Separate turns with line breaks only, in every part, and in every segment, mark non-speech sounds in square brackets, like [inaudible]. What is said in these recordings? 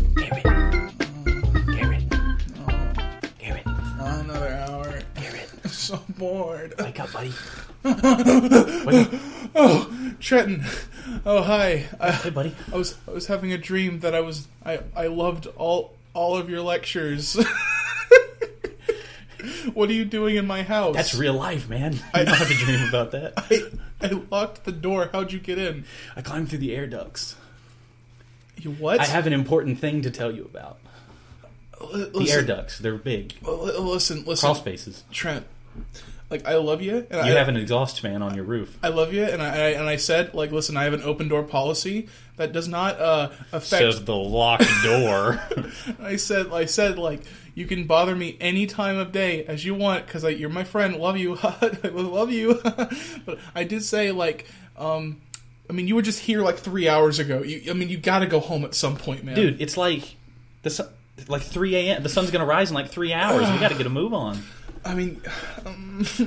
[laughs] so bored.
Wake up, buddy.
[laughs] Oh, Trenton. Oh, hi.
Hey,
I,
buddy.
I was I was having a dream that I was I I loved all all of your lectures. [laughs] what are you doing in my house?
That's real life, man. I don't [laughs] have a dream about that.
I, I locked the door. How'd you get in?
I climbed through the air ducts.
You what?
I have an important thing to tell you about. The air ducts, they're big.
Listen, listen,
Crawl spaces.
Trent. Like I love you, and
You
I
have an exhaust fan on your roof.
I love you, and I I- and I said like, listen, I have an open door policy that does not uh, affect.
Says the locked door.
I said I said like you can bother me any time of day as you want because you're my friend. Love you, [laughs] I love you. [laughs] but I did say like, um, I mean, you were just here like three hours ago. You, I mean, you got to go home at some point,
[laughs]
man.
Dude, it's like the sun, like 3 a.m. The sun's going to rise in like 3 hours. We got to get a move on.
I mean, [sighs] um, [laughs]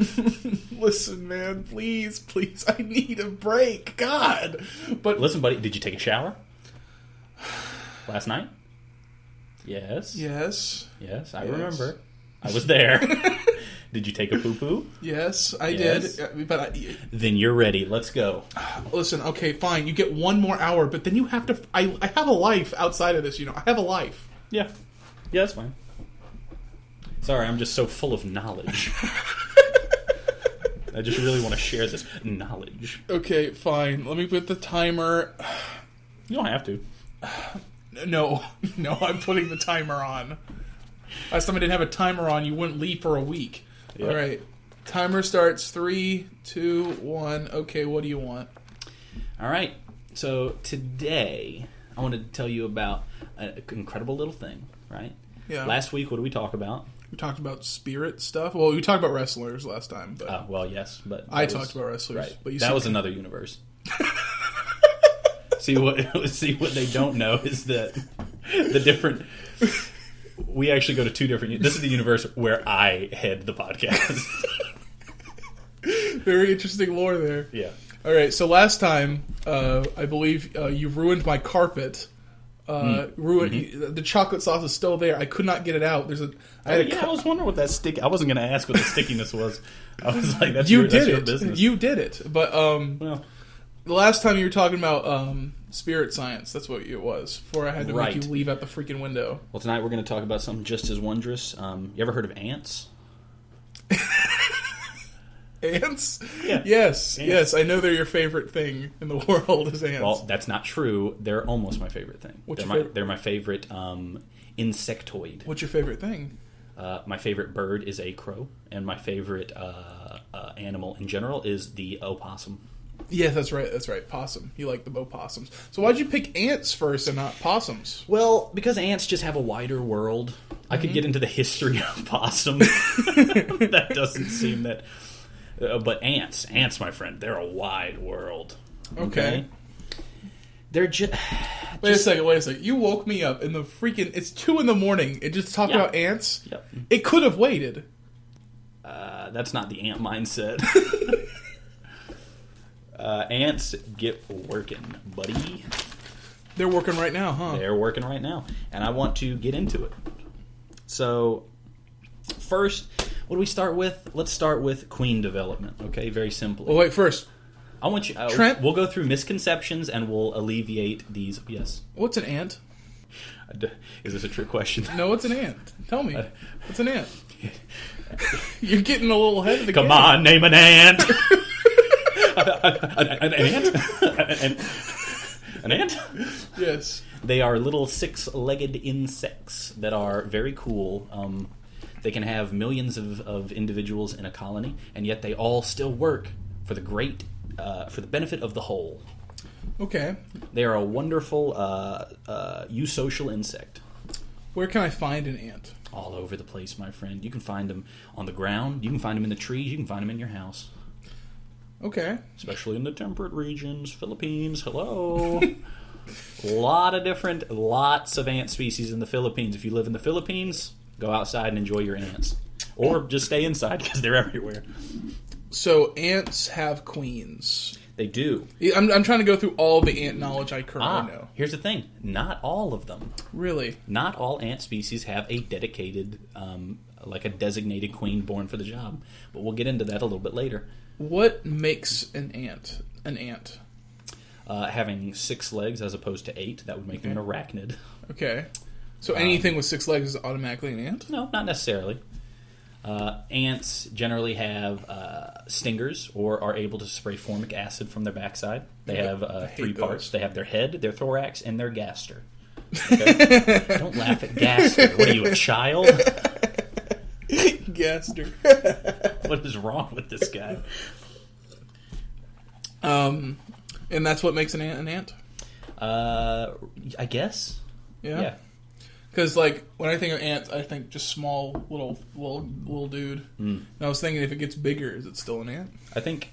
listen, man, please, please, I need a break. God, but
Listen, buddy, did you take a shower? Last night? Yes.
yes,
Yes, I
Yes.
remember. I was [laughs] there. did you take a poo poo?
yes, I
Yes.
did. Uh, But I,
Then you're ready. Let's go.
listen, okay, fine. You get one more hour, but then you have to. I, I have a life outside of this. You know, I have a life.
Yeah. Yeah, that's fine. Sorry, I'm just so full of [laughs] knowledge. I just really want to share this knowledge.
Okay, fine. Let me put the timer.
You don't have to.
No, [laughs] no, I'm putting the timer on. Last time I didn't have a timer on, you wouldn't leave for a week.
Yep.
All right, timer starts three, two, one. Okay, what do you want?
All right. So today, I wanted to tell you about an incredible little thing, right?
Yeah.
Last week, what did we talk about?
We talked about spirit stuff. Well, we talked about wrestlers last time, but
Uh, well, yes, but
I
that
talked about wrestlers.
Right.
But you
that
said-
was another universe. see what [laughs] see what they don't know is that the different we actually go to two different uni- this is the universe where I head the
[laughs]
podcast.
[laughs] very interesting lore there.
[laughs] yeah.
All right, so last time, uh, I believe uh, you ruined my carpet. Uh,
Hmm.
Ruined
Mm-hmm.
the chocolate sauce is still there. I could not get it out. There's a I had a
Oh, yeah, I
cup-
was wondering what that stick I wasn't going to ask what the stickiness was. I was like that's
you
your, that's
did
your
it.
business.
You did it. But um,
well,
the last time you were talking about um, spirit science. That's what it was. Before I had to
Right.
make you leave out the freaking window. [laughs]
well tonight we're going to talk about something just as wondrous. Um, you ever heard of ants?
Ants.
Yeah.
Yes.
Ants.
Yes. I know they're your favorite thing in the [laughs] world is ants.
Well, that's not true. They're almost my favorite thing.
What's
they're
your
my
favorite-
they're my favorite um, insectoid.
What's your favorite thing?
Uh, my favorite bird is a crow, and my favorite uh, uh, animal in general is the opossum.
Yeah, that's right. That's right. Possum. You like the bow possums. So why'd you pick ants first and not possums?
Well, because ants just have a wider world, Mhm. I could get into the history of [laughs] possum. that doesn't seem that. Uh, but ants, ants, my friend, they're a wide world.
Okay.
They're [sighs] just.
Wait a second. Wait a second. You woke me up in the freaking. It's two in the morning. It just talked
Yeah.
about ants.
Yep.
It could have waited.
Uh, that's not the ant [laughs] mindset. uh, ants get working, buddy.
They're working right now, huh?
They're working right now, and I want to get into it. So, first, what do we start with? Let's start with queen development. Okay, very simply.
Well, wait. First,
I want you, uh,
Trent?
We'll go through misconceptions, and we'll alleviate these. Yes,
what's an ant?
I d- is this a trick question?
No, what's an ant? Tell
[laughs]
me. What's an ant? [laughs] You're getting a little ahead of the
Come
game.
on, name an
[laughs]
ant. [laughs] an, an- an ant. an,
[laughs]
an ant.
Yes.
They are little six-legged insects that are very cool. Um, they can have millions of, of individuals in a colony, and yet they all still work for the great, uh, for the benefit of the whole.
Okay.
They are a wonderful uh, uh, eusocial insect.
Where can I find an ant?
All over the place, my friend. You can find them on the ground. You can find them in the trees. You can find them in your house,
Okay.
especially in the temperate regions, Philippines. Hello. [laughs] lot of different, lots of ant species in the Philippines. If you live in the Philippines, go outside and enjoy your ants, [laughs] or just stay inside because they're everywhere.
So ants have queens.
They do.
Yeah, I'm, I'm trying to go through all the ant knowledge I currently
Ah,
know.
here's the thing: not all of them.
Really?
Not all ant species have a dedicated, um, like a designated queen born for the job. But we'll get into that a little bit later.
What makes an ant an ant?
Uh, having six legs as opposed to eight, that would make them an arachnid. [laughs]
Okay. So
Um.
anything with six legs is automatically an
[laughs]
ant?
No, not necessarily. Uh, ants generally have uh, stingers or are able to spray formic acid from their backside. They
Yeah,
have
I
uh,
hate
three
those.
parts. They have their head, their thorax, and their
[laughs]
gaster. Okay? Don't laugh at gaster. What are you, a child? [laughs]
Gaster.
What is wrong with this guy?
um, and that's what makes an ant an ant?
Uh, I guess.
Yeah.
Yeah.
Because, like, when I think of ants, I think just small, little, little, little dude.
Hmm.
Mm. And I was thinking if it gets bigger, is it still an ant?
I think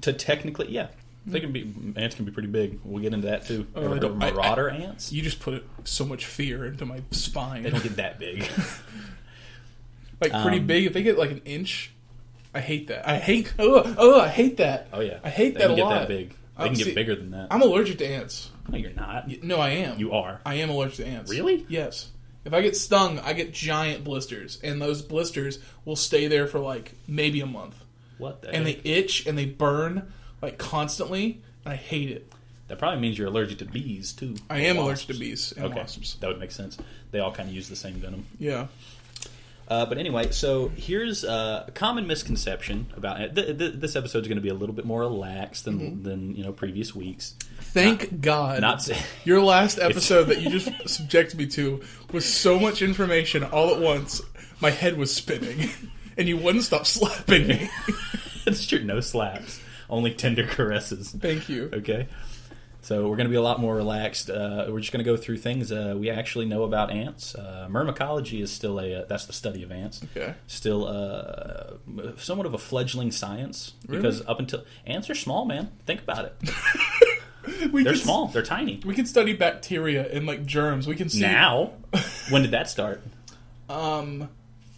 to technically, yeah. They can be ants can be pretty big. We'll get into that too.
Oh,
Ever
I
heard
don't-
of
I- I-
marauder ants?
You just put so much fear into my spine.
They don't get that big.
like pretty
Um,
big. If they get like an inch, I hate that. I hate. [laughs] Oh, oh I hate that.
Oh yeah,
I hate
they
that
can
a
get
lot.
that big. They
Um,
can get
see-
bigger than that.
I'm allergic to ants.
no, you're not.
No, I am.
You are.
I am allergic to ants.
Really?
Yes. If I get stung, I get giant blisters, and those blisters will stay there for like maybe a month,
What? The
and
heck?
they itch and they burn like constantly, and I hate it.
that probably means you're allergic to bees too.
I
Or
am
wasps.
allergic to bees and
Okay,
wasps.
that would make sense. They all kind of use the same venom.
Yeah.
Uh, but anyway, so here's uh, a common misconception about it. Th- th- this episode is going to be a little bit more relaxed than
Mm-hmm.
than you know previous weeks.
Thank God.
Not [laughs] say-
Your last episode that you just subjected me to was so much information all at once. My head was spinning, [laughs] and you wouldn't stop slapping me.
it's true. No slaps, only tender caresses.
Thank you.
Okay. So we're going to be a lot more relaxed. Uh, we're just going to go through things uh, we actually know about ants. Uh, myrmecology is still a uh, that's the study of ants.
Okay.
Still uh, somewhat of a fledgling science because up until ants are small, man. Think about it.
We
They're
can,
small. They're tiny.
We can study bacteria and like germs. We can see
Now, when did that start?
um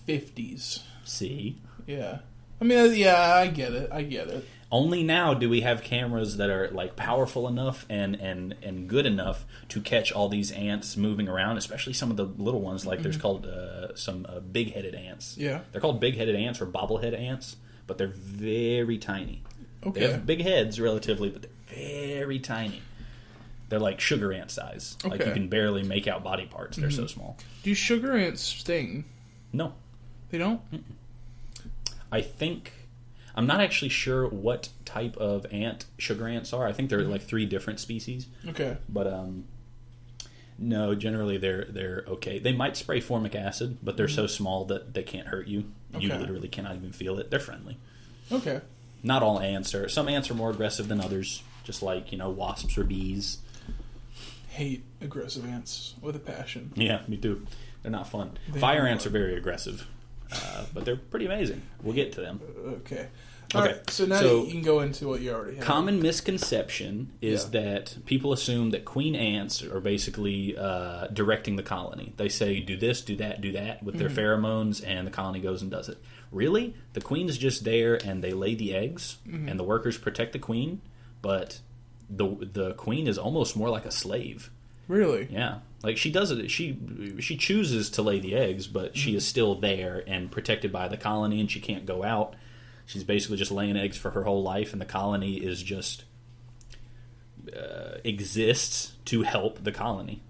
fifties.
See,
Yeah. I mean, uh, yeah, I get it. I get it.
only now do we have cameras that are like powerful enough and and and good enough to catch all these ants moving around especially some of the little ones like there's called uh, some uh, big-headed ants
Yeah.
they're called big-headed ants or bobblehead ants but they're very tiny they
Okay.
have big heads relatively but they're very tiny they're like sugar ant size like you
Okay. Mm-hmm.
can barely make out body parts they're so small
Do sugar ants sting?
no
They don't.
I think I'm not actually sure what type of ant sugar ants are. I think they're like three different species,
Okay.
but um, no, generally they're they're okay. They might spray formic acid, but they're so small that they can't hurt you. You
Mm-hmm. Okay.
literally cannot even feel it. They're friendly.
Okay.
Not all ants are. Some ants are more aggressive than others. Just like you know, wasps or bees.
Hate aggressive ants with a passion.
Yeah, me too. They're not fun.
They
Fire
are.
ants are very aggressive, uh, but they're pretty amazing. We'll get to them.
Okay. All right.
Okay.
So now
So-
you can go into what you already have.
common misconception is
Yeah.
that people assume that queen ants are basically uh, directing the colony. They say, do this, do that, do that with their
Mm-hmm.
pheromones, and the colony goes and does it. Really? The queen is just there and they lay the eggs,
Mm-hmm.
and the workers protect the queen, but the, the queen is almost more like a slave.
Really?
Yeah. Like she does it, she she chooses to lay the eggs, but she is still there and protected by the colony, and she can't go out. She's basically just laying eggs for her whole life, and the colony is just uh, exists to help the colony,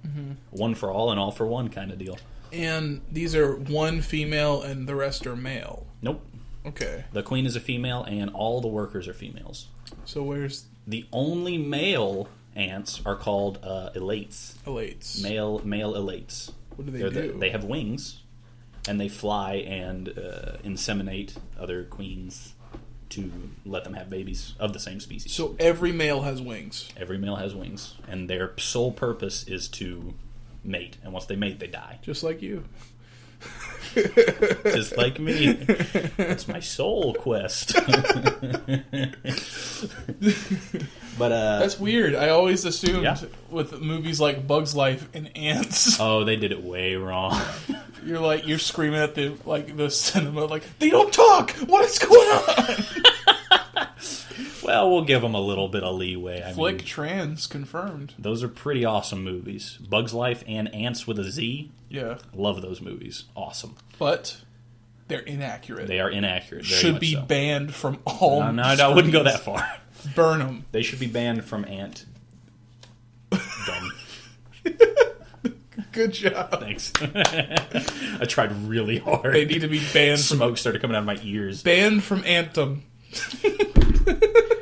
one for all and all for one kind of deal.
And these are one female and the rest are male.
Nope,
Okay.
the queen is a female, and all the workers are females.
So where's
The only male ants are called uh, elates.
Elates?
male male elates.
What do they
They're the-
do?
they have wings, and they fly and uh, inseminate other queens to let them have babies of the same species.
So every male has wings.
Every male has wings, and their sole purpose is to mate. And once they mate, they die,
[laughs] Just like you.
just like me. That's my soul quest. [laughs] but uh,
That's weird. I always assumed
Yeah.
with movies like Bugs Life and Ants,
[laughs] oh, they did it way wrong.
you're like you're screaming at the
[laughs]
like the cinema like they don't talk. What is going on?
well, we'll give them a little bit of leeway. I
Flick
mean,
trans confirmed.
those are pretty awesome movies. Bugs Life and Ants with a Z.
Yeah,
Love those movies. Awesome.
but they're inaccurate.
They are inaccurate. Very
should
much
be
so. Uh,
banned from all.
No, no, no, I wouldn't go that
screens.
far.
[laughs] Burn them.
They should be banned from
[laughs]
Ant. Dumb.
Good job.
Thanks. [laughs] I tried really hard.
They need to be banned from
Smoke started coming out of my ears.
banned from Anthem.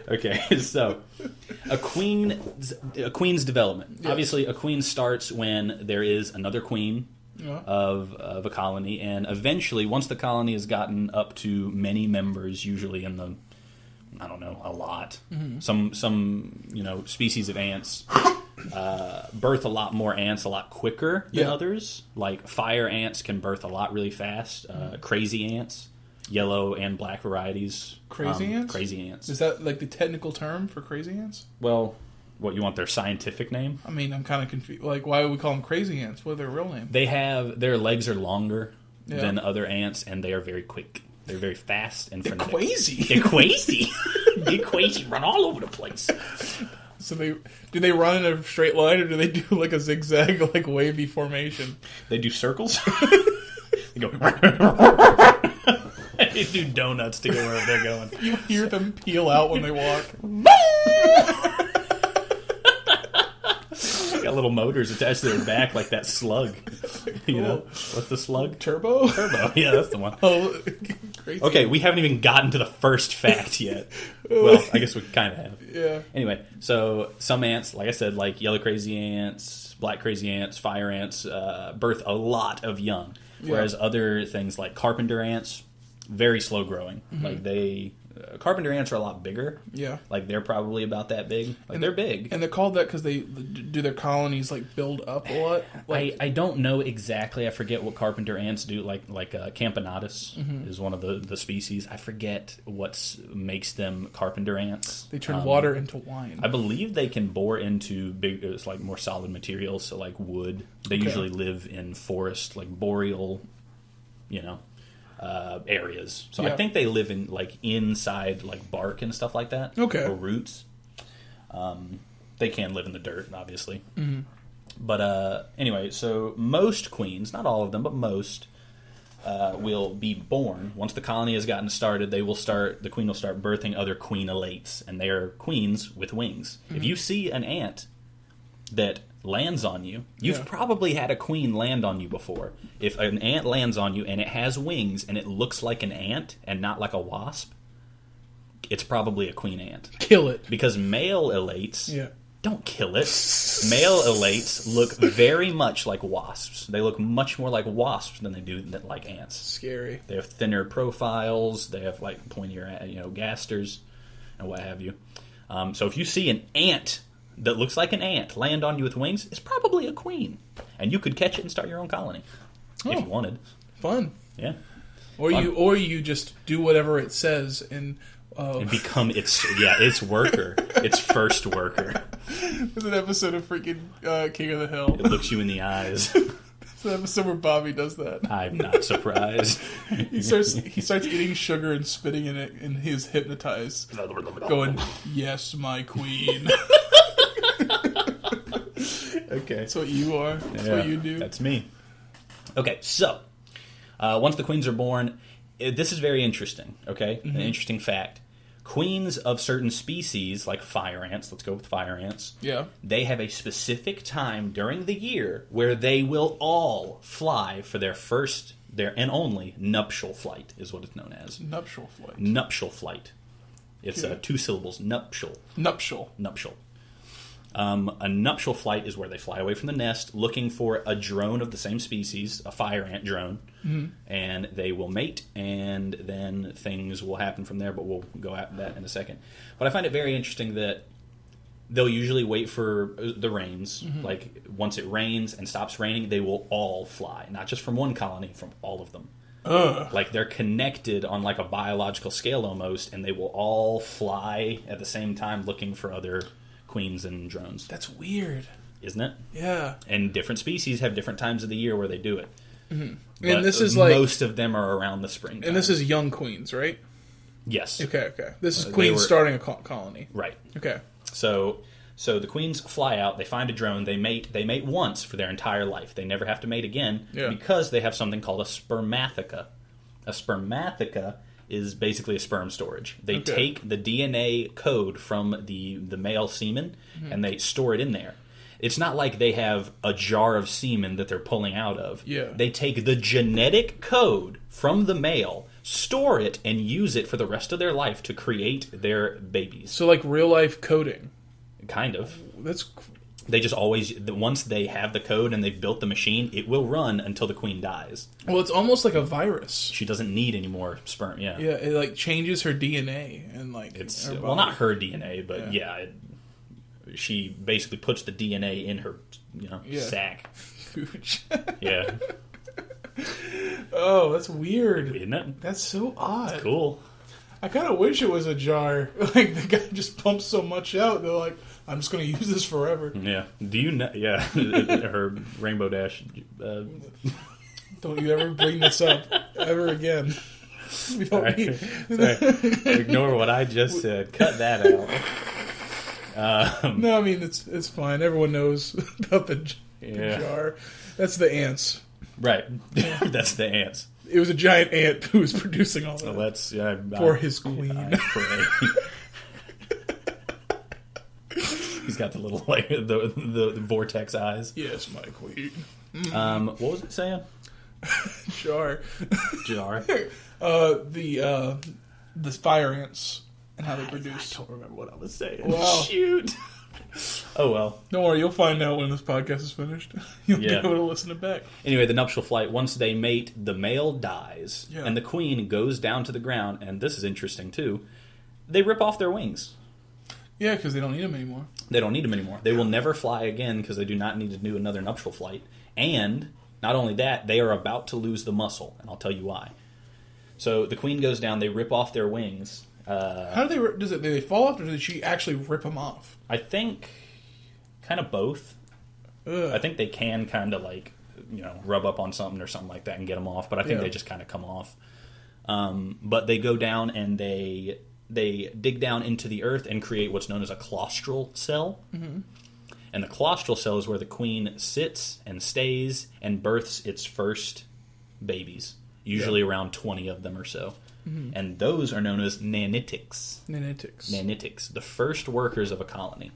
Okay, [laughs] so a queen, a queen's development. Obviously, a queen starts when there is another queen
Yeah.
of of a colony, and eventually, once the colony has gotten up to many members, usually in the I don't know a lot,
Mm-hmm.
some some you know species of ants. Uh, birth a lot more ants a lot quicker than
Yeah.
others. Like fire ants can birth a lot really fast. Uh,
Mm-hmm.
crazy ants, yellow and black varieties. um,
Crazy ants?
Crazy ants.
Is that like the technical term for crazy ants?
Well, what you want their scientific name?
I mean, I'm kind of confused. Like, why would we call them crazy ants? What are their real name?
They have their legs are longer
Yeah.
than other ants, and they are very quick. They're very fast and frenetic.
Crazy.
They're [laughs] crazy. They're crazy. Run all over the place.
[laughs] so they do they run in a straight line or do they do like a zigzag, [laughs] like wavy formation?
They do [laughs] circles. they go. they do donuts to go wherever they're going.
You hear them peel out when they walk.
They got little motors attached to their back like that [laughs] slug. You know
Cool.
what's the slug?
Turbo. [laughs]
Turbo. [laughs] Yeah, that's the one.
Oh, [laughs] crazy.
Okay, we haven't even gotten to the first fact [laughs] yet. Well, I guess we kind of have.
Yeah.
Anyway, so some ants, like I said, like yellow crazy ants, black crazy ants, fire ants, uh, birth a lot of young. Whereas other things like carpenter ants, very slow growing. Like they, uh, carpenter ants are a lot bigger.
Mm-hmm. Yeah.
Like they're probably about that big. Like they're big.
And they're called that because they do their colonies like build up a lot. Like,
I, I don't know exactly. I forget what carpenter ants do. Like like uh, Campanatus
Mm-hmm.
is one of the, the species. I forget what makes them carpenter ants.
they turn
Um,
water into wine.
I believe they can bore into big, it's like more solid materials. So like wood. They usually live in forest, like boreal, you know, uh, areas. So
Yeah.
I think they live in like inside like bark and stuff like that.
Okay.
Or roots. Um, they can live in the dirt, obviously.
Mm-hmm.
But uh, anyway, so most queens, not all of them, but most, uh, will be born. Once the colony has gotten started, they will start. The queen will start birthing other queen elates, and they are queens with wings.
Mm-hmm.
If you see an ant that lands on you, you've
Yeah.
probably had a queen land on you before. If an ant lands on you and it has wings and it looks like an ant and not like a wasp, it's probably a queen ant
Kill it.
because male elates
Yeah.
don't kill it. Male elates look very much like wasps. They look much more like wasps than they do than like ants.
Scary.
They have thinner profiles. They have like pointier, uh, you know, gasters and what have you. Um, so if you see an ant that looks like an ant land on you with wings, it's probably a queen, and you could catch it and start your own colony if
Oh.
you wanted.
Fun.
Yeah,
Or you or you just do whatever it says and uh,
and become its yeah its worker, its first worker.
It's an episode of freaking uh, King of the Hill.
It looks you in the eyes.
It's an episode where Bobby
[laughs]
does that.
I'm not surprised.
He starts he starts eating sugar and spitting in it, and he's hypnotized, going, "Yes, my queen." [laughs]
okay.
That's what you are. That's what you do.
That's me. Okay, so uh, once the queens are born, eh, this is very interesting. Okay,
Mm-hmm.
an interesting fact: queens of certain species, like fire ants. Let's go with fire ants.
yeah.
They have a specific time during the year where they will all fly for their first, their and only nuptial flight is what it's known as.
Nuptial flight.
Nuptial flight. It's uh,
Okay.
two syllables. Nuptial.
Nuptial.
nuptial. Um, a nuptial flight is where they fly away from the nest looking for a drone of the same species, a fire ant drone, and they will mate, and then things will happen from there, but we'll go at that in a second. But I find it very interesting that they'll usually wait for uh, the rains.
Mm-hmm.
Like, once it rains and stops raining, they will all fly, not just from one colony, from all of them like they're connected on like a biological scale almost and they will all fly at the same time looking for other queens and drones
That's weird.
isn't it
Yeah.
and different species have different times of the year where they do it But
and this is like
most of them are around the spring
and this is young queens, right?
Yes.
Okay, okay. This is
Uh, they
Queen
were-
starting a co- colony.
Right.
Okay.
So so the queens fly out, they find a drone, they mate, they mate once for their entire life. They never have to mate again
Yeah.
because they have something called a spermathica. A spermathica is basically a sperm storage. They
Okay.
take the DNA code from the the male semen
Mm-hmm.
and they store it in there. It's not like they have a jar of semen that they're pulling out of.
Yeah.
They take the genetic code from the male, store it, and use it for the rest of their life to create their babies.
So like real life coding.
Kind of
That's c-
they just always the- once they have the code and they've built the machine it will run until the queen dies
well, it's almost like a virus.
she doesn't need any more sperm yeah,
Yeah, it like changes her DNA and like
it's
her
well
body.
not her dna but
Yeah.
yeah, it, she basically puts the dna in her you know
Yeah.
sack
Pooch.
yeah
[laughs] oh, that's weird.
isn't that
That's so odd.
cool
I kind of wish it was a jar. [laughs] Like the guy just pumps so much out. They're like, I'm just gonna [laughs] use this forever.
yeah do you know yeah [laughs] her rainbow dash uh,
Don't you ever bring this up ever again. [laughs] We don't
Sorry.
need.
Sorry. ignore what i just said cut that out um,
No, I mean it's it's fine. Everyone knows [laughs] about the, j- the
Yeah.
jar. That's the ants.
right [laughs] that's the ants
It was a giant ant [laughs] who was producing all that
let's yeah, I-
for
I-
his queen.
I pray. He's got the little like the the, the vortex eyes.
[laughs] yes, my queen. [laughs]
Um, what was it saying?
Jar.
Jar.
Uh, the uh, the fire ants and how they produce.
don't remember what I was [laughs] saying.
Wow.
Shoot. Oh well.
Don't worry, you'll find out when this podcast is finished. [laughs] You'll be
Yeah.
able to listen to back.
Anyway, the nuptial flight. Once they mate, the male dies,
Yeah.
and the queen goes down to the ground. And this is interesting too. They rip off their wings.
Yeah, because they don't need them anymore.
They don't need them anymore. They will never fly again because they do not need to do another nuptial flight. And not only that, they are about to lose the muscle, and I'll tell you why. So the queen goes down. They rip off their wings. Uh,
How do they? Does it? Do they fall off, or did she actually rip them off?
I think kind of both.
Ugh.
I think they can kind of like you know rub up on something or something like that and get them off, but I think
Yeah.
they just kind of come off. Um, but they go down and they they dig down into the earth and create what's known as a claustral cell.
Mm-hmm.
And the claustral cell is where the queen sits and stays and births its first babies, usually around twenty of them or so.
Mm-hmm.
And those are known as nanitics
Nanitics.
nanitics, the first workers of a colony.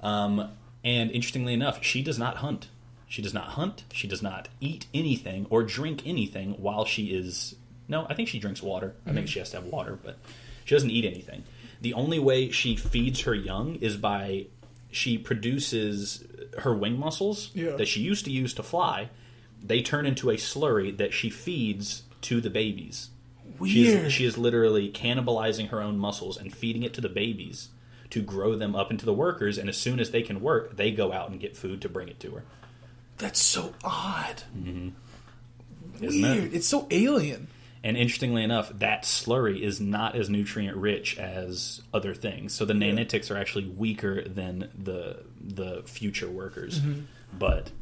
Um, and interestingly enough, she does not hunt. She does not hunt. She does not eat anything or drink anything while she is. No, I think she drinks water. I think she has to have water, but she doesn't eat anything. The only way she feeds her young is by she produces her wing muscles
Yeah.
that she used to use to fly. They turn into a slurry that she feeds to the babies. She
Weird.
is, she is literally cannibalizing her own muscles and feeding it to the babies to grow them up into the workers. And as soon as they can work, they go out and get food to bring it to her.
That's so odd.
Mm, Isn't it?
Weird. It's so alien.
And interestingly enough, that slurry is not as nutrient rich as other things. So the nanitics are actually weaker than the the future workers.
Mm-hmm.
But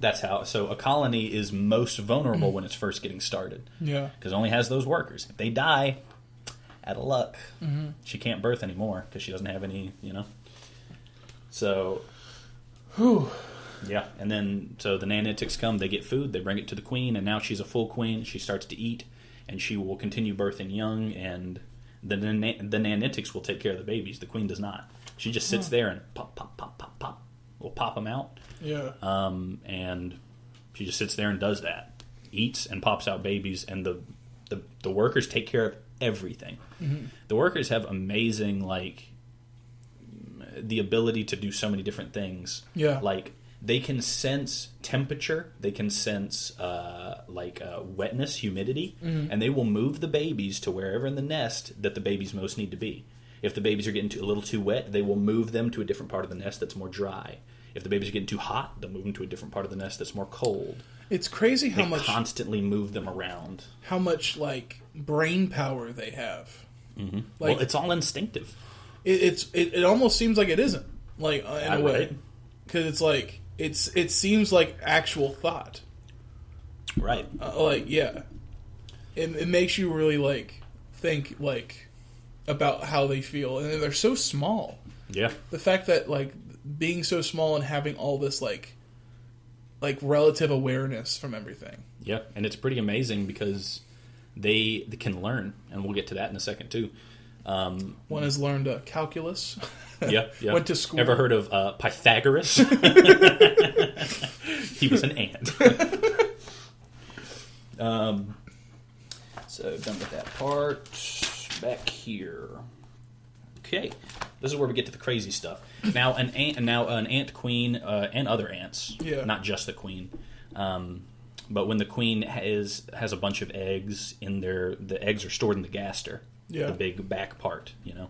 that's how. So a colony is most vulnerable
Mm.
when it's first getting started.
Yeah.
because it only has those workers. If they die, out of luck, she can't birth anymore because she doesn't have any, you know. So,
Whew.
yeah, and then so the nanitics come, they get food, they bring it to the queen, and now she's a full queen. She starts to eat, and she will continue birthing young, and the nan- the nanitics will take care of the babies. The queen does not. She just sits there and pop, pop, pop, pop, pop. Will pop them out,
Yeah.
um, and she just sits there and does that, eats and pops out babies, and the the, the workers take care of everything. The workers have amazing like the ability to do so many different things.
Yeah.
like they can sense temperature, they can sense uh, like uh, wetness, humidity,
Mm-hmm.
and they will move the babies to wherever in the nest that the babies most need to be. If the babies are getting too, a little too wet, they will move them to a different part of the nest that's more dry. If the babies are getting too hot, they'll move them to a different part of the nest that's more cold.
It's crazy how
They
much
constantly move them around.
how much like brain power they have. Like
well, it's all instinctive.
it, it's it, it almost seems like it isn't like uh, in
I
a way
would.
because it's like it's it seems like actual thought.
Right.
Uh, like yeah, it, it makes you really like think like about how they feel, and they're so small.
Yeah.
The fact that like being so small and having all this like like relative awareness from everything.
Yeah, and it's pretty amazing because they, they can learn, and we'll get to that in a second [laughs] too. Um,
One has learned uh, calculus. [laughs]
yeah, yeah.
Went to school.
Ever heard of uh, [laughs] Pythagoras? he was an ant. [laughs] um, so done with that part. Back here. Okay, this is where we get to the crazy stuff. Now an ant, now an ant queen, uh, and other ants.
Yeah.
Not just the queen. Um, but when the queen has has a bunch of eggs in their, the eggs are stored in the gaster.
Yeah.
The big back part, you know.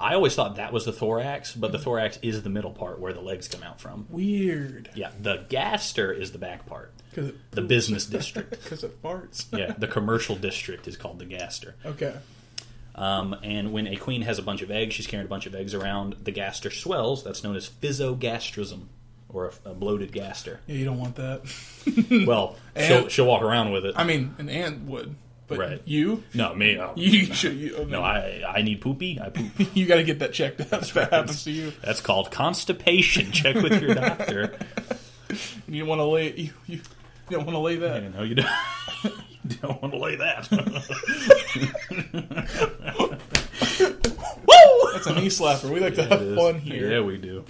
I always thought that was the thorax, but
Mm-hmm.
the thorax is the middle part where the legs come out from.
Weird.
Yeah, the gaster is the back part.
Because it,
The business
[laughs]
district.
'cause it farts.
Yeah, the commercial district is called the gaster.
Okay.
Um, and when a queen has a bunch of eggs, she's carrying a bunch of eggs around, the gaster swells. That's known as physogastrism, or a, a bloated gaster.
Yeah, you don't want that.
Well, she'll,
Mm. And-
she'll walk around with it.
I mean, an ant would, but
Right.
you,
no, me. oh,
you should. You, I mean,
no, I, I need poopy. I poop.
[laughs] you got to get that checked out if that happens to you.
That's called [laughs] constipation. Check with your doctor.
And you don't want to lay. You, you, you don't want to lay that.
You know, you don't, [laughs] you don't want to lay that. [laughs]
That's a knee slapper. We like to
It
have
is.
fun here.
Yeah, we do.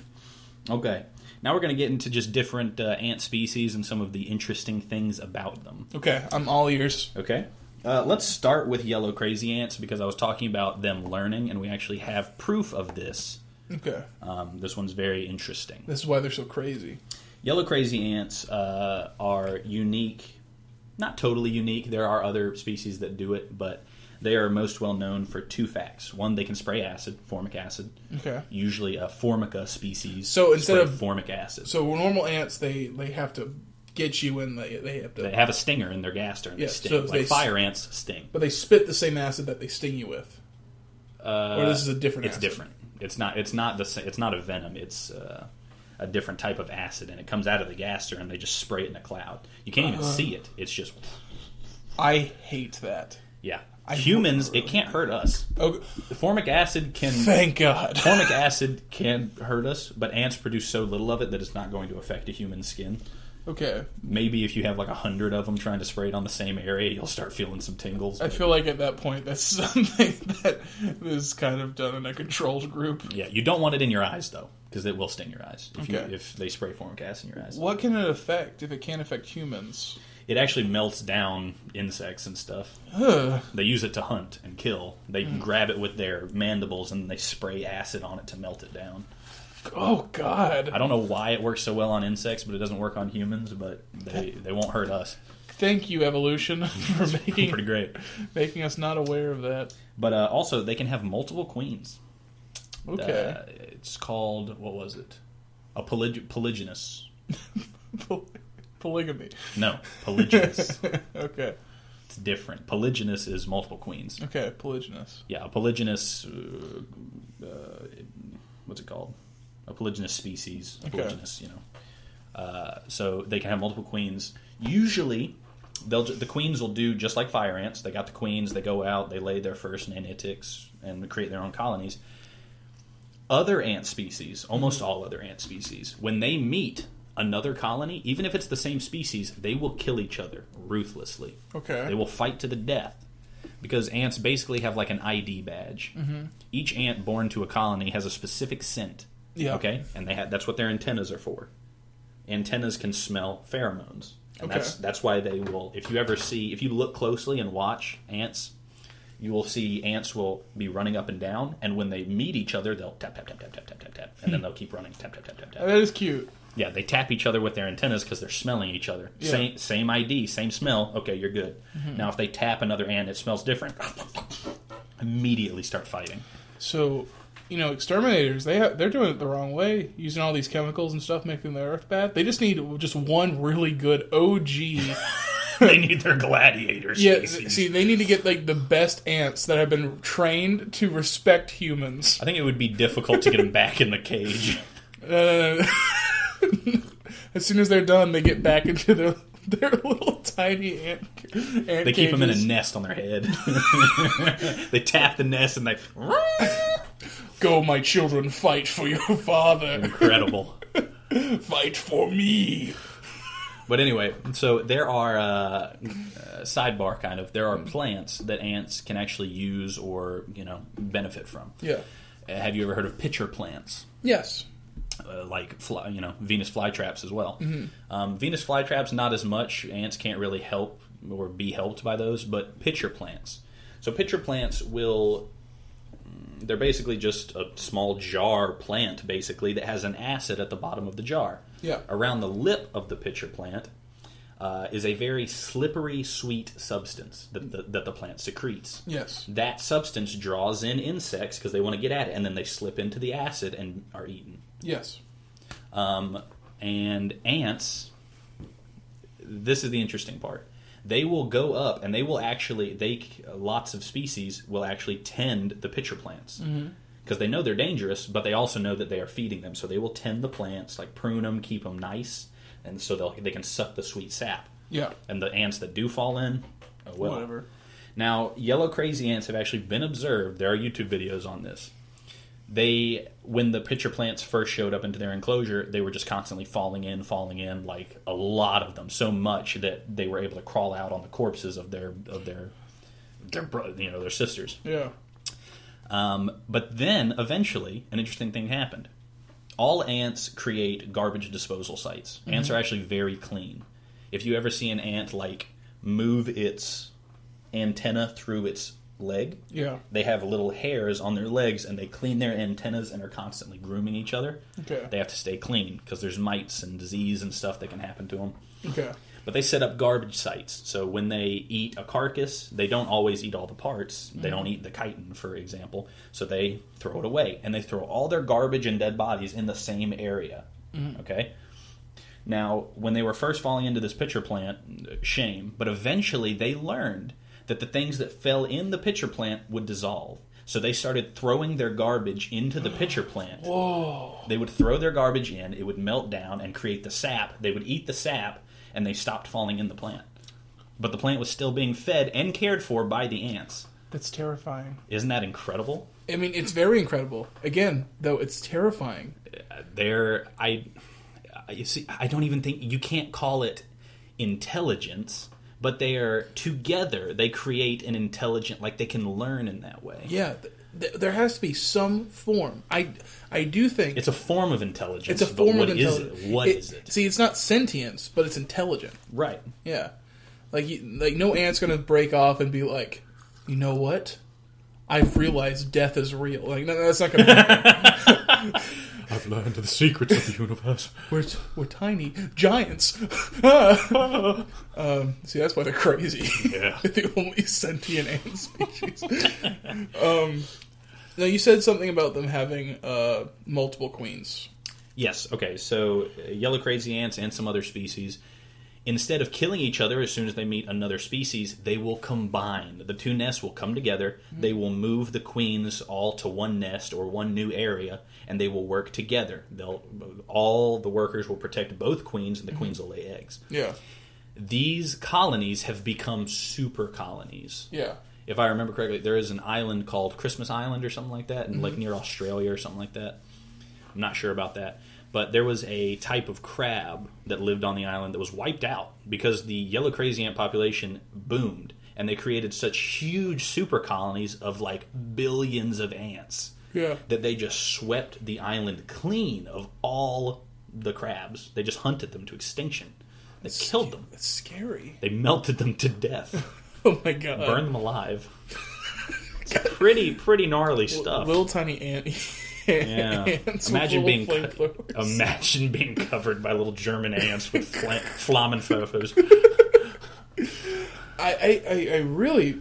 Okay. Now we're going to get into just different uh, ant species and some of the interesting things about them.
Okay, I'm all ears.
Okay. Uh, let's start with yellow crazy ants because I was talking about them learning, and we actually have proof of this.
Okay,
Um, this one's very interesting.
this is why they're so crazy.
Yellow crazy ants uh, are unique, not totally unique. There are other species that do it, but they are most well known for two facts. One, they can spray acid, formic acid,
Okay,
usually a formica species.
So instead
spray
of-
formic acid,
so normal ants, they they have to get you and they they have to,
they have a stinger in their gaster and
Yeah,
they sting.
so
like
they s-
fire ants sting.
but they spit the same acid that they sting you with.
Uh,
Or this is a different
It's
acid.
different. It's not. It's not the. sa- It's not a venom. It's uh, a different type of acid, and it comes out of the gaster, and they just spray it in a cloud. You can't
Uh-huh.
even see it. It's just
I hate that.
yeah. Humans, it can't hurt us.
Oh,
Formic acid can.
thank God. [laughs]
Formic acid can hurt us, but ants produce so little of it that it's not going to affect a human skin.
Okay,
Maybe if you have like a hundred of them trying to spray it on the same area, you'll start feeling some tingles.
I feel like at that point that's [laughs] something that is kind of done in a controlled group.
Yeah, you don't want it in your eyes though, because it will sting your eyes if,
Okay.
you, if they spray formic acid in your eyes.
What can it affect if it can't affect humans?
It actually melts down insects and stuff.
Ugh. Mm.
They use it to hunt and kill. They grab it with their mandibles and they spray acid on it to melt it down.
Oh
I
God!
don't know why it works so well on insects, but it doesn't work on humans. But they they won't hurt us.
Thank you, evolution, [laughs] for
Pretty
making
great.
making us not aware of that.
But uh, also they can have multiple queens.
Okay.
Uh, it's called what was it? A polyg- polygynous.
[laughs] Poly- polygamy.
No, polygynous.
okay.
it's different. Polygynous is multiple queens.
Okay. Polygynous.
yeah, a polygynous. Uh, uh, what's it called? A polygynous species. A
Okay.
Polygynous, you know. Uh, so they can have multiple queens. Usually, they'll ju- the queens will do just like fire ants. They got the queens. They go out. They lay their first nanitics and create their own colonies. Other ant species, almost all other ant species, when they meet another colony, even if it's the same species, they will kill each other ruthlessly.
Okay.
They will fight to the death because ants basically have like an ID badge.
Mm-hmm.
Each ant born to a colony has a specific scent.
Yeah.
Okay, and they ha that's what their antennas are for. Antennas can smell pheromones, and that's
Okay.
that's why they will. If you ever see, if you look closely and watch ants, you will see ants will be running up and down, and when they meet each other, they'll tap tap tap tap tap tap tap tap, and then
Hmm.
they'll keep running tap tap tap tap tap.
That is cute.
Yeah, they tap each other with their antennas because they're smelling each other.
Yeah. Mm-hmm.
Same same ID, same smell. Okay, you're good. Now if they tap another ant, it smells
[laughs]
different. Immediately start fighting. [laughs]
So, you know, exterminators they have, they're doing it the wrong way, using all these chemicals and stuff, making the earth bad. They just need just one really good
[laughs]
OG.
they need their gladiators.
yeah. See, they need to get like the best ants that have been trained to respect humans.
I think it would be difficult to get them back in the
[laughs]
cage.
Uh, as soon as they're done, they get back into their They're little tiny ant. ant
They keep them in a
cages.
nest on their
[laughs]
head. [laughs] they tap the nest and they. [laughs]
Go, my children, fight for your father.
Incredible.
fight for me.
But anyway, so there are uh, uh, sidebar kind of there are plants that ants can actually use or you know benefit from.
Yeah.
Uh, Have you ever heard of pitcher plants?
Yes.
Uh, like fly, you know Venus flytraps as well. Um, Venus flytraps not as much. Ants can't really help or be helped by those, but pitcher plants. So pitcher plants will. mm, They're basically just a small jar plant, basically that has an acid at the bottom of the jar.
Yeah.
Around the lip of the pitcher plant uh, is a very slippery, sweet substance that the, that the plant secretes
Yes.
that substance draws in insects because they want to get at it, and then they slip into the acid and are eaten.
Yes.
Um, and ants, this is the interesting part. They will go up, and they will actually they lots of species will actually tend the pitcher plants because they know they're dangerous, but they also know that they are feeding them, so they will tend the plants, like prune them, keep them nice, and so they they can suck the sweet sap.
Yeah.
And the ants that do fall in, oh well.
Whatever.
Now, yellow crazy ants have actually been observed. There are YouTube videos on this. They, when the pitcher plants first showed up into their enclosure, they were just constantly falling in, falling in, like a lot of them, so much that they were able to crawl out on the corpses of their of their their bro- you know their sisters.
Yeah.
Um, but then eventually, an interesting thing happened. All ants create garbage disposal sites.
Mm-hmm.
Ants are actually very clean. If you ever see an ant like move its antenna through its leg,
Yeah.
they have little hairs on their legs and they clean their antennas and are constantly grooming each other.
Okay.
They have to stay clean because there's mites and disease and stuff that can happen to them.
Okay.
But they set up garbage sites. So when they eat a carcass, they don't always eat all the parts. They don't eat the chitin, for example. So they throw it away. And they throw all their garbage and dead bodies in the same area. Okay? Now, when they were first falling into this pitcher plant, shame, but eventually they learned that the things that fell in the pitcher plant would dissolve. So they started throwing their garbage into the pitcher plant.
Whoa.
They would throw their garbage in, it would melt down and create the sap. They would eat the sap, and they stopped falling in the plant. But the plant was still being fed and cared for by the ants.
That's terrifying.
Isn't that incredible?
I mean, it's very incredible. Again, though, it's terrifying.
Uh, There, I, I- you see, I don't even think you can't call it intelligence, but they are together. They create an intelligent, like they can learn in that way.
Yeah. Th- th- there has to be some form. I I do think
It's a form of intelligence.
it's a form
but
of
what is
intelligence.
it? What
It-
is it?
See, it's not sentience, but it's intelligent.
Right.
Yeah, like you, like no ant's gonna break off and be like, you know what? I've realized death is real. Like no, that's not
[laughs]
gonna. happen.
I've learned the secrets of the [laughs] universe.
we're t- we're tiny giants. [laughs] um, see, that's why they're crazy. [laughs]
Yeah.
the only sentient ant species. um, now you said something about them having uh, multiple queens.
Yes. Okay. So uh, yellow crazy ants and some other species, instead of killing each other as soon as they meet another species, they will combine. The two nests will come together. They will move the queens all to one nest or one new area, and they will work together. They'll all the workers will protect both queens, and the queens will lay eggs.
Yeah,
These colonies have become super colonies
yeah,
if I remember correctly, there is an island called Christmas Island or something like that, and
Mm-hmm.
like near Australia or something like that. I'm not sure about that, but there was a type of crab that lived on the island that was wiped out because the yellow crazy ant population boomed, and they created such huge super colonies of like billions of ants
yeah.
that they just swept the island clean of all the crabs. They just hunted them to extinction. They killed them.
That's scary. [laughs]
They melted them to death
Oh my god.
burn them alive. [laughs] It's pretty pretty gnarly stuff.
Little tiny ant. [laughs]
yeah.
ants with
Imagine
little
being co-
flamethrowers.
imagine being covered by little German ants with flam- flamenwerfers.
I, I, I, I really.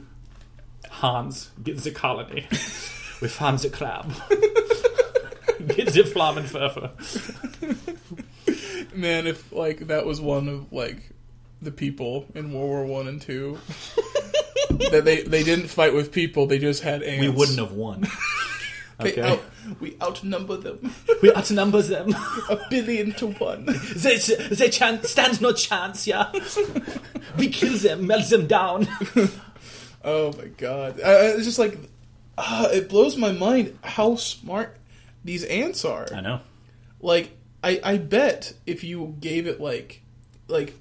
Hans gets a colony. with Hans a
[laughs]
crab. Gets a flamenwerfer.
Man, if like that was one of like the people in World War One and Two, that they they didn't fight with people, they just had ants. [laughs]
We wouldn't have won.
They
Okay.
out, we outnumber
[laughs]
them [laughs]
We outnumber them. [laughs]
a billion to one.
they they chan- stand no chance, yeah. [laughs] we kill them, melt them
[laughs]
down.
Oh my god! I, I- it's just like uh, it blows my mind how smart these ants are.
I know.
Like I, I bet if you gave it like like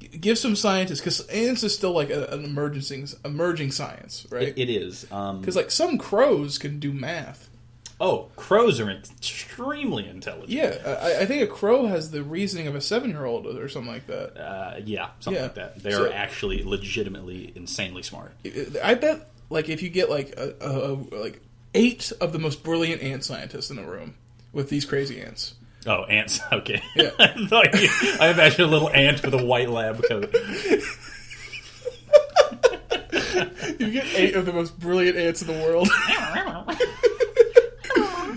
g- give some scientists because ants is still like a, an emerging emerging science, right?
It is. Um,
Because like some crows can do math.
oh, crows are extremely intelligent.
Yeah, I, I think a crow has the reasoning of a seven year old or something like that.
Uh, yeah, something
Yeah.
like that. They
So-
are actually legitimately insanely smart.
I bet like if you get like a, a, a- like eight of the most brilliant ant scientists in a room with these crazy ants.
Oh, ants. [laughs] Okay.
Yeah.
I, thought you, I imagine a little ant with a white lab coat.
You get eight of the most brilliant ants in the world.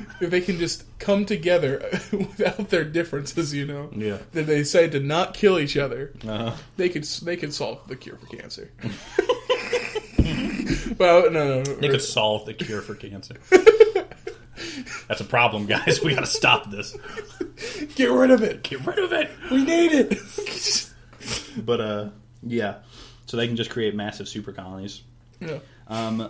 [laughs] if they can just come together [laughs] without their differences, you know.
Yeah.
Then they decide to not kill each other.
Uh,
They could they could solve the cure for cancer. [laughs] well, no, no, no.
they could solve the cure for
[laughs]
cancer. That's a problem, guys. We got to stop this.
get rid of it.
Get rid of it.
We need it.
[laughs] But uh, yeah. So they can just create massive super colonies.
yeah.
Um,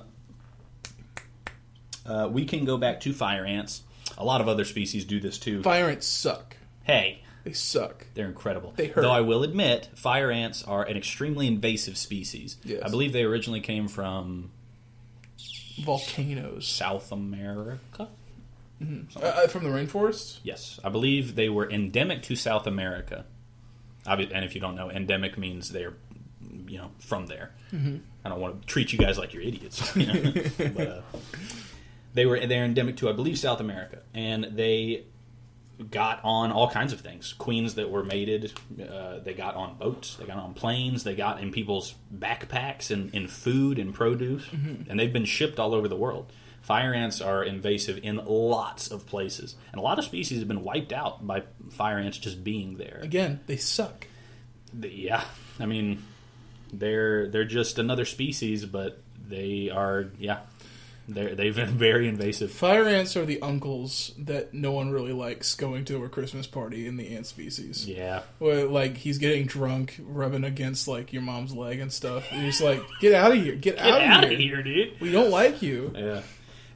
uh, we can go back to fire ants. A lot of other species do this too.
Fire ants suck.
hey,
They suck.
They're incredible.
They hurt.
Though I will admit, fire ants are an extremely invasive species.
Yes.
I believe they originally came from
Volcanoes
South America.
Uh, uh, from the rainforest.
Yes, I believe they were endemic to South America. Obvi- And if you don't know, endemic means they're, you know, from there. I don't want to treat you guys like you're idiots. [laughs] You know? but, uh, they were they're endemic to I believe South America, and they got on all kinds of things. Queens that were mated, uh, they got on boats, they got on planes, they got in people's backpacks and in food and produce, and they've been shipped all over the world. Fire ants are invasive in lots of places, and a lot of species have been wiped out by fire ants just being there.
Again, they suck.
The- Yeah, I mean, they're they're just another species, but they are yeah, they are they've been [laughs] very invasive.
Fire ants are the uncles that no one really likes going to a Christmas party in the ant species.
Yeah,
Where like he's getting drunk, rubbing against like your mom's leg and stuff. And he's like, "Get out of here! Get,
get
out of here.
dude.
We don't like you."
Yeah.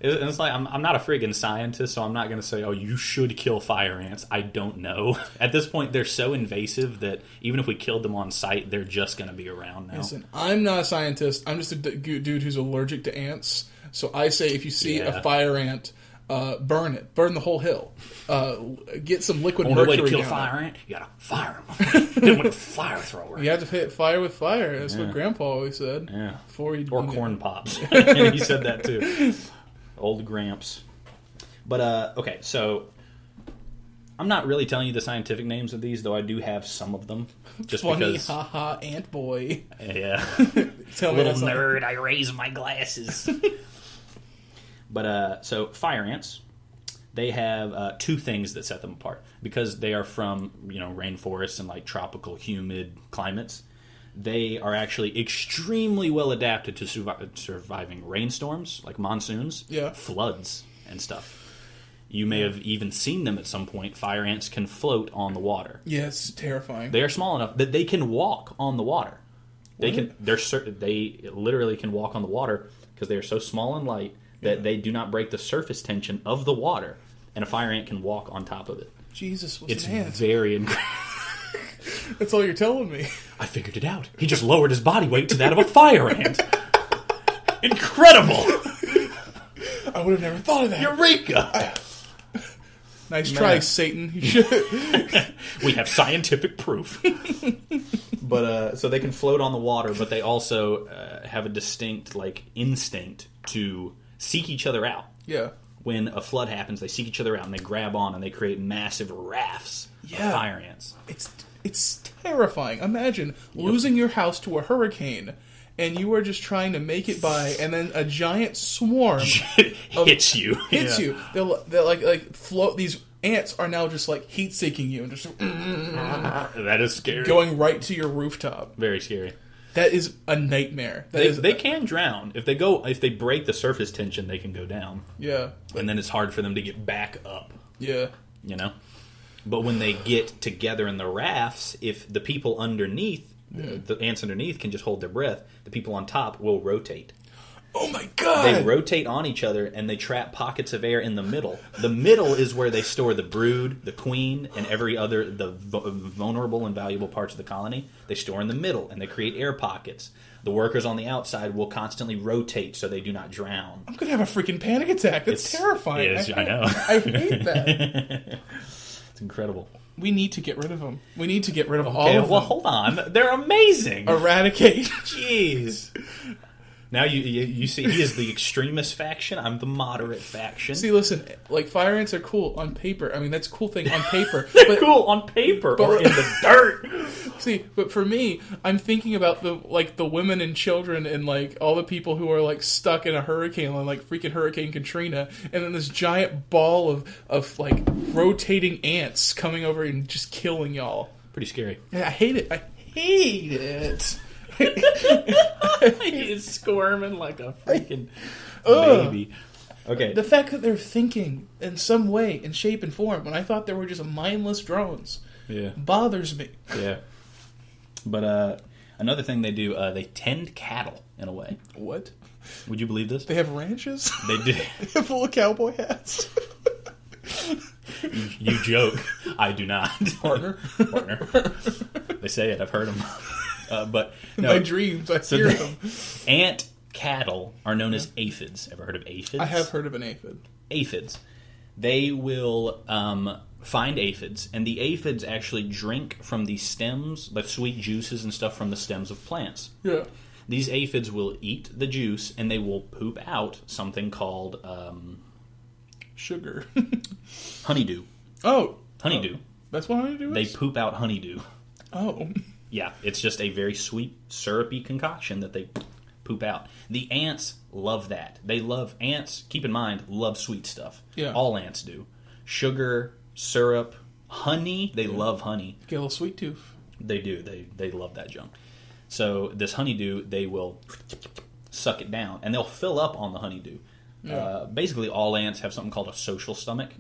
It- It's like I'm, I'm not a friggin' scientist, so I'm not going to say, "Oh, you should kill fire ants." I don't know. [laughs] At this point, they're so invasive that even if we killed them on site, they're just going to be around now.
Listen, I'm not a scientist. I'm just a d- gu- dude who's allergic to ants. So I say, if you see
Yeah.
a fire ant, uh, burn it. Burn the whole hill. Uh, get some liquid
Only way
mercury.
to kill a
down it.
fire ant, you gotta fire them. [laughs] then with a fire-thrower.
You have to hit fire with fire. That's what Grandpa always said.
Yeah.
Before you
or corn [laughs] pops. he said that too. [laughs] Old Gramps. But uh, okay, so I'm not really telling you the scientific names of these, though I do have some of them. Just
Funny,
because,
haha, ant boy. [laughs]
yeah, [laughs]
Tell me
little
that's not-
nerd, I raise my glasses. but uh, so fire ants, they have uh, two things that set them apart because they are from you know rainforests and like tropical humid climates. They are actually extremely well adapted to survi- surviving rainstorms, like monsoons,
Yeah.
floods, and stuff. You may have even seen them at some point. Fire ants can float on the water
Yes, terrifying.
they are small enough that they can walk on the water. They can. They're cer- They literally can walk on the water because they are so small and light that they do not break the surface tension of the water, and a fire ant can walk on top of it.
Jesus was
It's
an
[laughs]
ant.
very. Inc-
That's all you're telling me. [laughs]
I figured it out. He just lowered his body weight to that of a fire ant. Incredible!
I would have never thought of that.
Eureka!
nice try, Satan. [laughs] You should.
We have scientific proof. [laughs] but uh, so they can float on the water, but they also uh, have a distinct like instinct to seek each other out.
yeah.
when a flood happens, they seek each other out and they grab on and they create massive rafts
Yeah.
of fire
[laughs]
ants.
It's it's terrifying. Imagine losing your house to a hurricane and you are just trying to make it by and then a giant swarm
hits you.
hits you. They'll they're like like float these ants are now just like heat seeking you and just
That is scary.
going right to your rooftop.
Very scary.
That is a nightmare. That
They,
is-
they can drown if they go if they break the surface tension. They can go down,
Yeah.
and then it's hard for them to get back up.
Yeah.
you know but when they get together in the rafts if the people underneath the ants underneath can just hold their breath the people on top will rotate
Oh my
they
god.
rotate on each other and they trap pockets of air in the middle the middle is where they store the brood the queen and every other the vu- vulnerable and valuable parts of the colony they store in the middle and they create air pockets the workers on the outside will constantly rotate so they do not drown
I'm gonna have a freaking panic attack. That's
It's-
terrifying.
it is, I
hate-
know.
I hate that.
it's incredible
We need to get rid of them. We need to get rid of all
okay
of
well
them.
hold on they're amazing
Oh, Eradicate. [laughs]
Jeez. Now you, you you see he is the extremist faction. I'm the moderate faction.
See, listen, like fire ants are cool on paper. I mean, that's a cool thing on paper. But
cool on paper or
but-
in the
[laughs]
dirt.
see, but for me, I'm thinking about the like the women and children and like all the people who are like stuck in a hurricane and like freaking Hurricane Katrina, and then this giant ball of of like rotating ants coming over and just killing y'all.
Pretty scary.
Yeah, I hate it. I
[laughs]
hate it.
He is squirming like a freaking
[laughs] Ugh.
baby. Okay.
The fact that they're thinking in some way, in shape and form, when I thought they were just mindless drones,
yeah.
bothers me.
Yeah. But uh, another thing they do, uh, they tend cattle in a way.
What?
Would you believe this?
They have ranches. [laughs]
They do. [laughs]
They're full of cowboy hats.
You joke. I do not.
Partner.
Partner. They say it. I've heard
[laughs]
them. Uh, but no.
My dreams, I hear them.
Ant cattle are known as aphids. Ever heard of aphids?
I have heard of an aphid.
Aphids. They will um, find aphids, and the aphids actually drink from the stems, the sweet juices and stuff from the stems of plants.
Yeah.
These aphids will eat the juice, and they will poop out something called um,
Sugar. [laughs]
honeydew.
oh.
Honeydew.
That's what honeydew
They
is?
poop out honeydew.
Oh. [laughs]
Yeah, it's just a very sweet, syrupy concoction that they poop out. The ants love that. They love ants. Keep in mind, love sweet stuff.
Yeah.
all ants do. Sugar, syrup, honey. They love honey.
Get a little sweet tooth.
They do. They they love that junk. So this honeydew, they will suck it down, and they'll fill up on the honeydew. Uh, basically, all ants have something called a social stomach.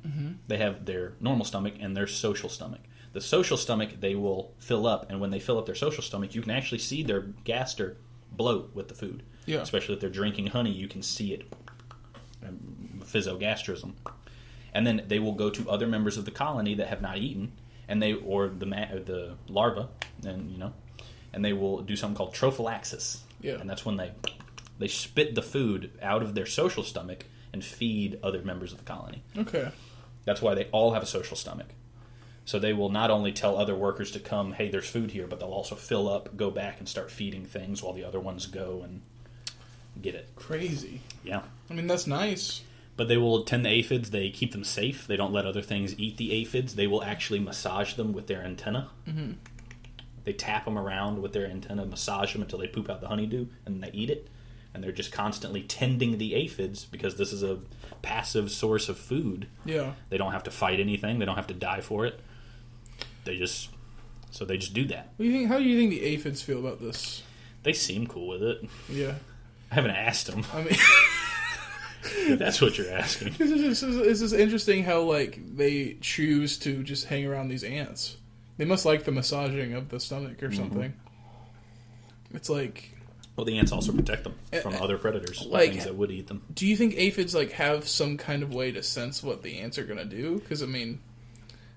They have their normal stomach and their social stomach. The social stomach they will fill up, and when they fill up their social stomach, you can actually see their gaster bloat with the food.
Yeah.
Especially if they're drinking honey, you can see it physogastrism. And then they will go to other members of the colony that have not eaten, and they or the ma- or the larva, and you know, and they will do something called trophallaxis.
Yeah.
And that's when they they spit the food out of their social stomach and feed other members of the colony.
Okay.
That's why they all have a social stomach. So they will not only tell other workers to come, hey, there's food here, but they'll also fill up, go back, and start feeding things while the other ones go and get it.
Crazy.
Yeah.
I mean, that's nice.
But they will tend the aphids. They keep them safe. They don't let other things eat the aphids. They will actually massage them with their antenna. Mm-hmm. They tap them around with their antenna, massage them until they poop out the honeydew, and then they eat it. And they're just constantly tending the aphids because this is a passive source of food.
Yeah.
They don't have to fight anything. They don't have to die for it. They just so they just do that.
What do you think? How do you think the aphids feel about this?
They seem cool with it.
Yeah.
I haven't asked them.
I mean,
[laughs]
[laughs]
if that's what you're asking.
this is just, this is interesting how like they choose to just hang around these ants. They must like the massaging of the stomach or something. It's like
Well, the ants also protect them from other predators,
Like-
things that would eat them.
do you think aphids like have some kind of way to sense what the ants are gonna do? Because I mean,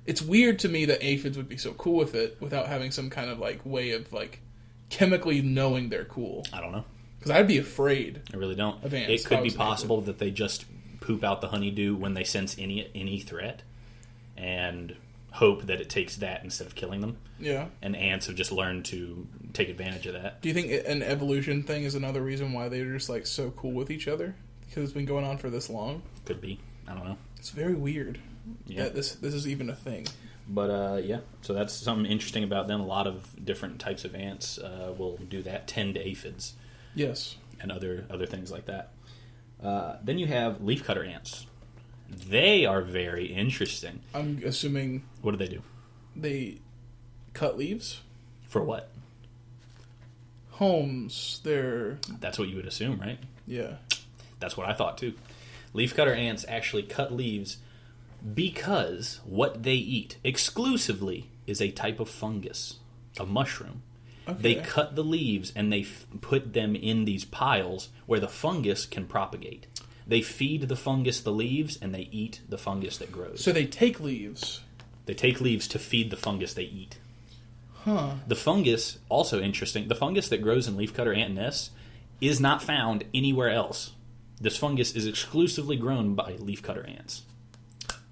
it's weird to me that aphids would be so cool with it without having some kind of like way of like chemically knowing they're cool.
I don't know.
Because I'd be afraid.
I really don't.
Of ants.
It could
I
be
was
possible that they just poop out the honeydew when they sense any any threat, and hope that it takes that instead of killing them.
Yeah.
And ants have just learned to take advantage of that.
Do you think i- an evolution thing is another reason why they're just like so cool with each other? Because it's been going on for this long.
Could be. I don't know.
It's very weird
Yeah.
that this this is even a thing.
But uh, yeah, so that's something interesting about them. A lot of different types of ants uh, will do that. Tend to aphids
Yes.
and other other things like that. Uh, then you have leafcutter ants. They are very interesting.
I'm assuming
What do they do?
they cut leaves.
For what?
homes. They're
That's what you would assume, right?
yeah.
That's what I thought too. Leafcutter ants actually cut leaves because what they eat exclusively is a type of fungus, a mushroom. They
Okay.
cut the leaves and they f- put them in these piles where the fungus can propagate. They feed the fungus the leaves and they eat the fungus that grows.
So they take leaves.
They take leaves to feed the fungus they eat.
Huh.
The fungus, also interesting, the fungus that grows in leafcutter ant nests is not found anywhere else. This fungus is exclusively grown by leafcutter ants.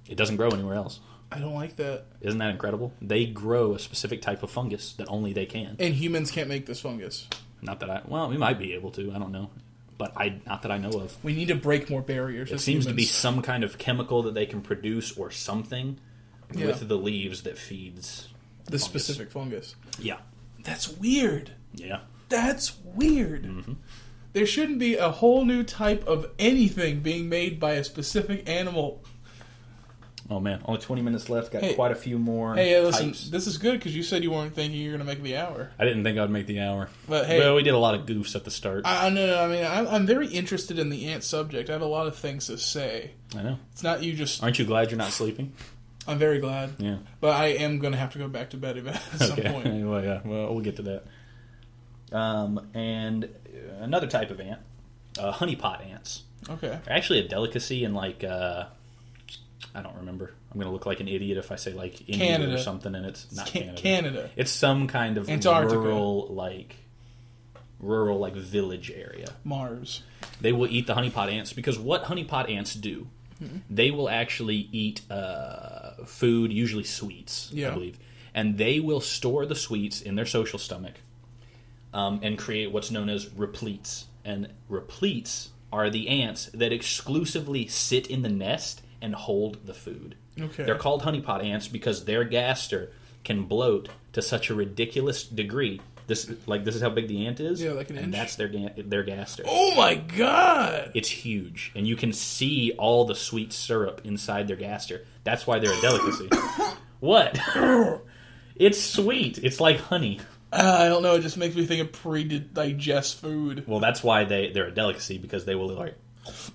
It doesn't grow anywhere else.
I don't like that.
Isn't that incredible? They grow a specific type of fungus that only they can.
And humans can't make this fungus.
Not that I, well, we might be able to, I don't know. But I, not that I know of.
We need to break more barriers.
It seems to be some kind of chemical that they can produce or something
Yeah.
with the leaves that feeds.
the
fungus.
specific fungus.
Yeah.
That's weird.
Yeah.
That's weird.
Mm-hmm.
There shouldn't be a whole new type of anything being made by a specific animal.
Oh man, only 20 minutes left. Got
Hey.
quite a few more.
Hey, uh, listen,
types.
this is good because you said you weren't thinking you were going to make the hour.
I didn't think I'd make the hour.
But hey-
well, we did a lot of goofs at the start. I,
I, I know. no, I mean, I'm, I'm very interested in the ant subject. I have a lot of things to say.
know.
It's not you just.
Aren't you glad you're not sleeping?
I'm very glad,
Yeah.
but I am going to have to go back to bed at [laughs] some
okay.
point.
Anyway, yeah. [laughs] Well, we'll get to that. Um, and uh, another type of ant, uh, honeypot ants.
Okay.
They're actually a delicacy in like uh, I don't remember. I'm gonna look like an idiot if I say like India
Canada.
or something, and it's not
Ca-
Canada.
Canada.
It's some kind of
Antarctica.
rural like rural like village area.
Mars.
they will eat the honeypot ants because what honeypot ants do, they will actually eat uh, food, usually sweets, I
Yeah.
believe, and they will store the sweets in their social stomach um, and create what's known as repletes. And repletes are the ants that exclusively sit in the nest and hold the food.
Okay.
They're called honeypot ants because their gaster can bloat to such a ridiculous degree. This like this is how big the ant is.
Yeah, like an
and
inch.
that's their ga- their gaster.
Oh my god!
It's huge, and you can see all the sweet syrup inside their gaster. That's why they're a delicacy. what? it's sweet. It's like honey.
Uh, I don't know. It just makes me think of pre-digest food.
Well, that's why they they're a delicacy because they will like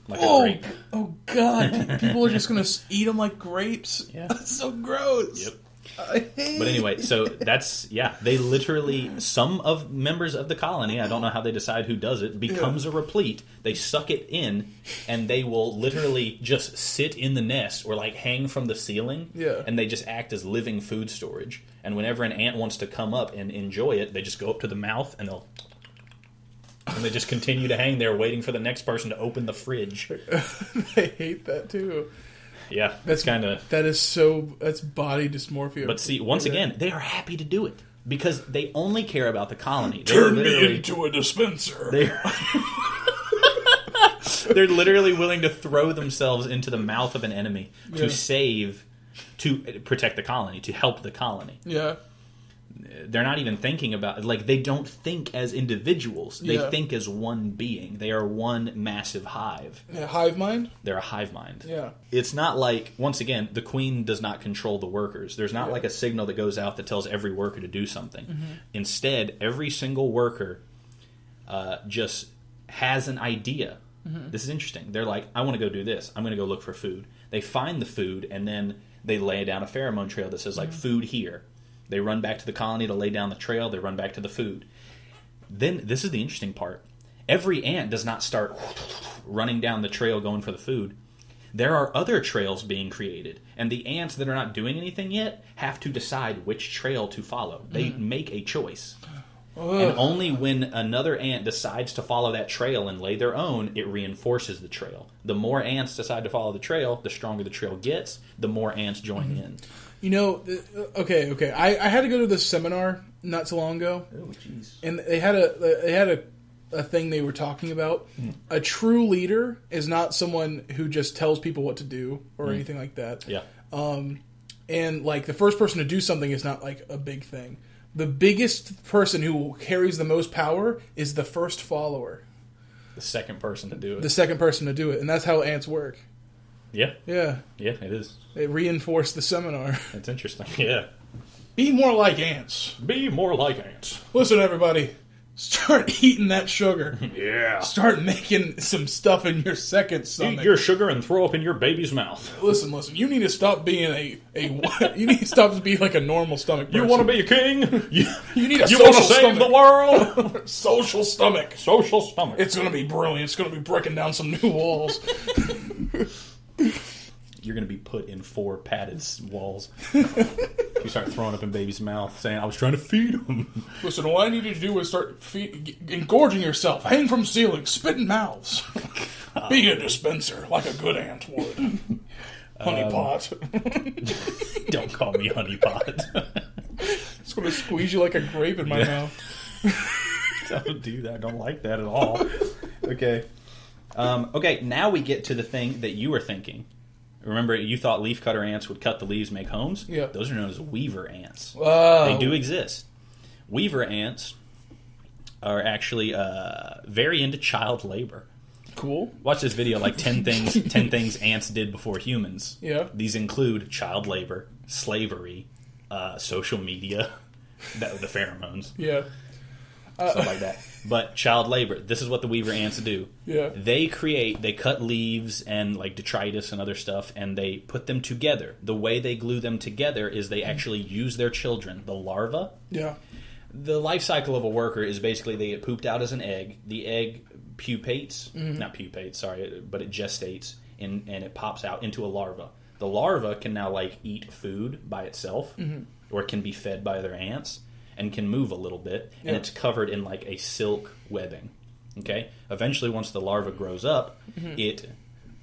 like a
Oh,
grape.
oh god! People are just gonna s- eat them like grapes.
Yeah.
[laughs] That's so gross.
Yep.
I hate
But anyway, so that's yeah. They literally some of members of the colony. I don't know how they decide who does it. Becomes a replete. They suck it in, and they will literally just sit in the nest or like hang from the ceiling.
Yeah.
And they just act as living food storage. And whenever an ant wants to come up and enjoy it, they just go up to the mouth and they'll. And they just continue to hang there, waiting for the next person to open the fridge.
I hate that too.
Yeah, that's kind of
That is so. That's body dysmorphia.
But see, once again, they are happy to do it because they only care about the colony. They
turn me
literally-
into a dispenser.
[laughs] They're, [laughs] they're literally willing to throw themselves into the mouth of an enemy to
Yeah.
save, to protect the colony, to help the colony.
yeah,
They're not even thinking about like they don't think as individuals. They
Yeah.
think as one being. They are one massive hive.
yeah. Hive mind.
They're a hive mind.
Yeah.
It's not like once again the queen does not control the workers. There's not like a signal that goes out that tells every worker to do something. Instead, every single worker uh, just has an idea. This is interesting. They're like, I want to go do this. I'm going to go look for food. They find the food and then they lay down a pheromone trail that says like food here. They run back to the colony to lay down the trail. They run back to the food. Then this is the interesting part. Every ant does not start running down the trail going for the food. There are other trails being created, and the ants that are not doing anything yet have to decide which trail to follow. They make a choice. And only when another ant decides to follow that trail and lay their own, it reinforces the trail. The more ants decide to follow the trail, the stronger the trail gets, the more ants join in.
You know. th- Okay, okay. I, I had to go to this seminar not so long ago.
Oh, jeez.
and they had a they had a, a thing they were talking about.
Hmm.
A true leader is not someone who just tells people what to do or anything like that.
Hmm. Yeah.
And like the first person to do something is not like a big thing. The biggest person who carries the most power is the first follower,
The second person to do it.
the second person to do it, and that's how ants work.
yeah.
Yeah,
Yeah, it is.
they reinforce the seminar. [laughs]
That's interesting. [laughs] Yeah.
Be more like ants.
Be more like ants.
Listen, everybody, Start [laughs] eating that sugar.
Yeah.
Start making some stuff in your second stomach.
Eat your sugar and throw up in your baby's mouth.
listen, listen. You need to stop being a a. [laughs] you need to stop being like a normal stomach.
You want to be a king? [laughs] You,
You need a
you
social
want to save
stomach.
the world? [laughs]
social stomach.
Social stomach.
It's gonna be brilliant. It's gonna be breaking down some new [laughs] walls.
You're going to be put in four padded s- walls. [laughs] you start throwing up in baby's mouth, saying, "I was trying to feed him."
Listen, all I need you to do is start feed, engorging yourself, hang from ceilings, spit in [laughs] mouths. Be a dispenser, like a good aunt [laughs] would. Honey
[laughs]
pot. [laughs]
Don't call me honeypot.
it's going to squeeze you like a grape in my mouth.
[laughs] don't do that. I don't like that at [laughs] all. okay. Um, okay, now we get to the thing that you were thinking. Remember, you thought leaf cutter ants would cut the leaves, make homes?
Yeah.
Those are known as weaver ants.
Uh,
They do exist. Weaver ants are actually uh, very into child labor.
Cool.
Watch this video, like ten
[laughs]
things, ten things ants did before humans.
Yeah.
These include child labor, slavery, uh, social media, [laughs] that, the
[laughs]
pheromones
Yeah.
stuff like that. But child labor. This is what the weaver ants do.
Yeah.
They create. They cut leaves and like detritus and other stuff, and they put them together. The way they glue them together is they actually use their children, the larva.
Yeah.
The life cycle of a worker is basically they get pooped out as an egg. The egg pupates, not pupates, sorry, but it gestates and and it pops out into a larva. The larva can now like eat food by itself, or it can be fed by other ants and can move a little bit, and
Yeah.
it's covered in like a silk webbing. Okay. Eventually, once the larva grows up, it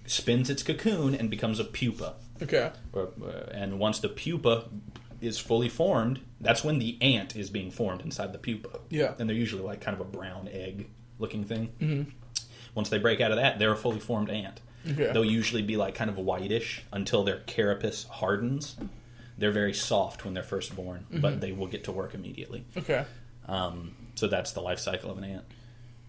spins its cocoon and becomes a pupa
Okay.
or- uh, and once the pupa is fully formed, that's when the ant is being formed inside the pupa.
Yeah.
and they're usually like kind of a brown egg looking thing. Mm-hmm. Once they break out of that, they're a fully formed ant.
Okay.
They'll usually be like kind of whitish until their carapace hardens. They're very soft when they're first born,
Mm-hmm.
but they will get to work immediately.
Okay.
Um, so that's the life cycle of an ant.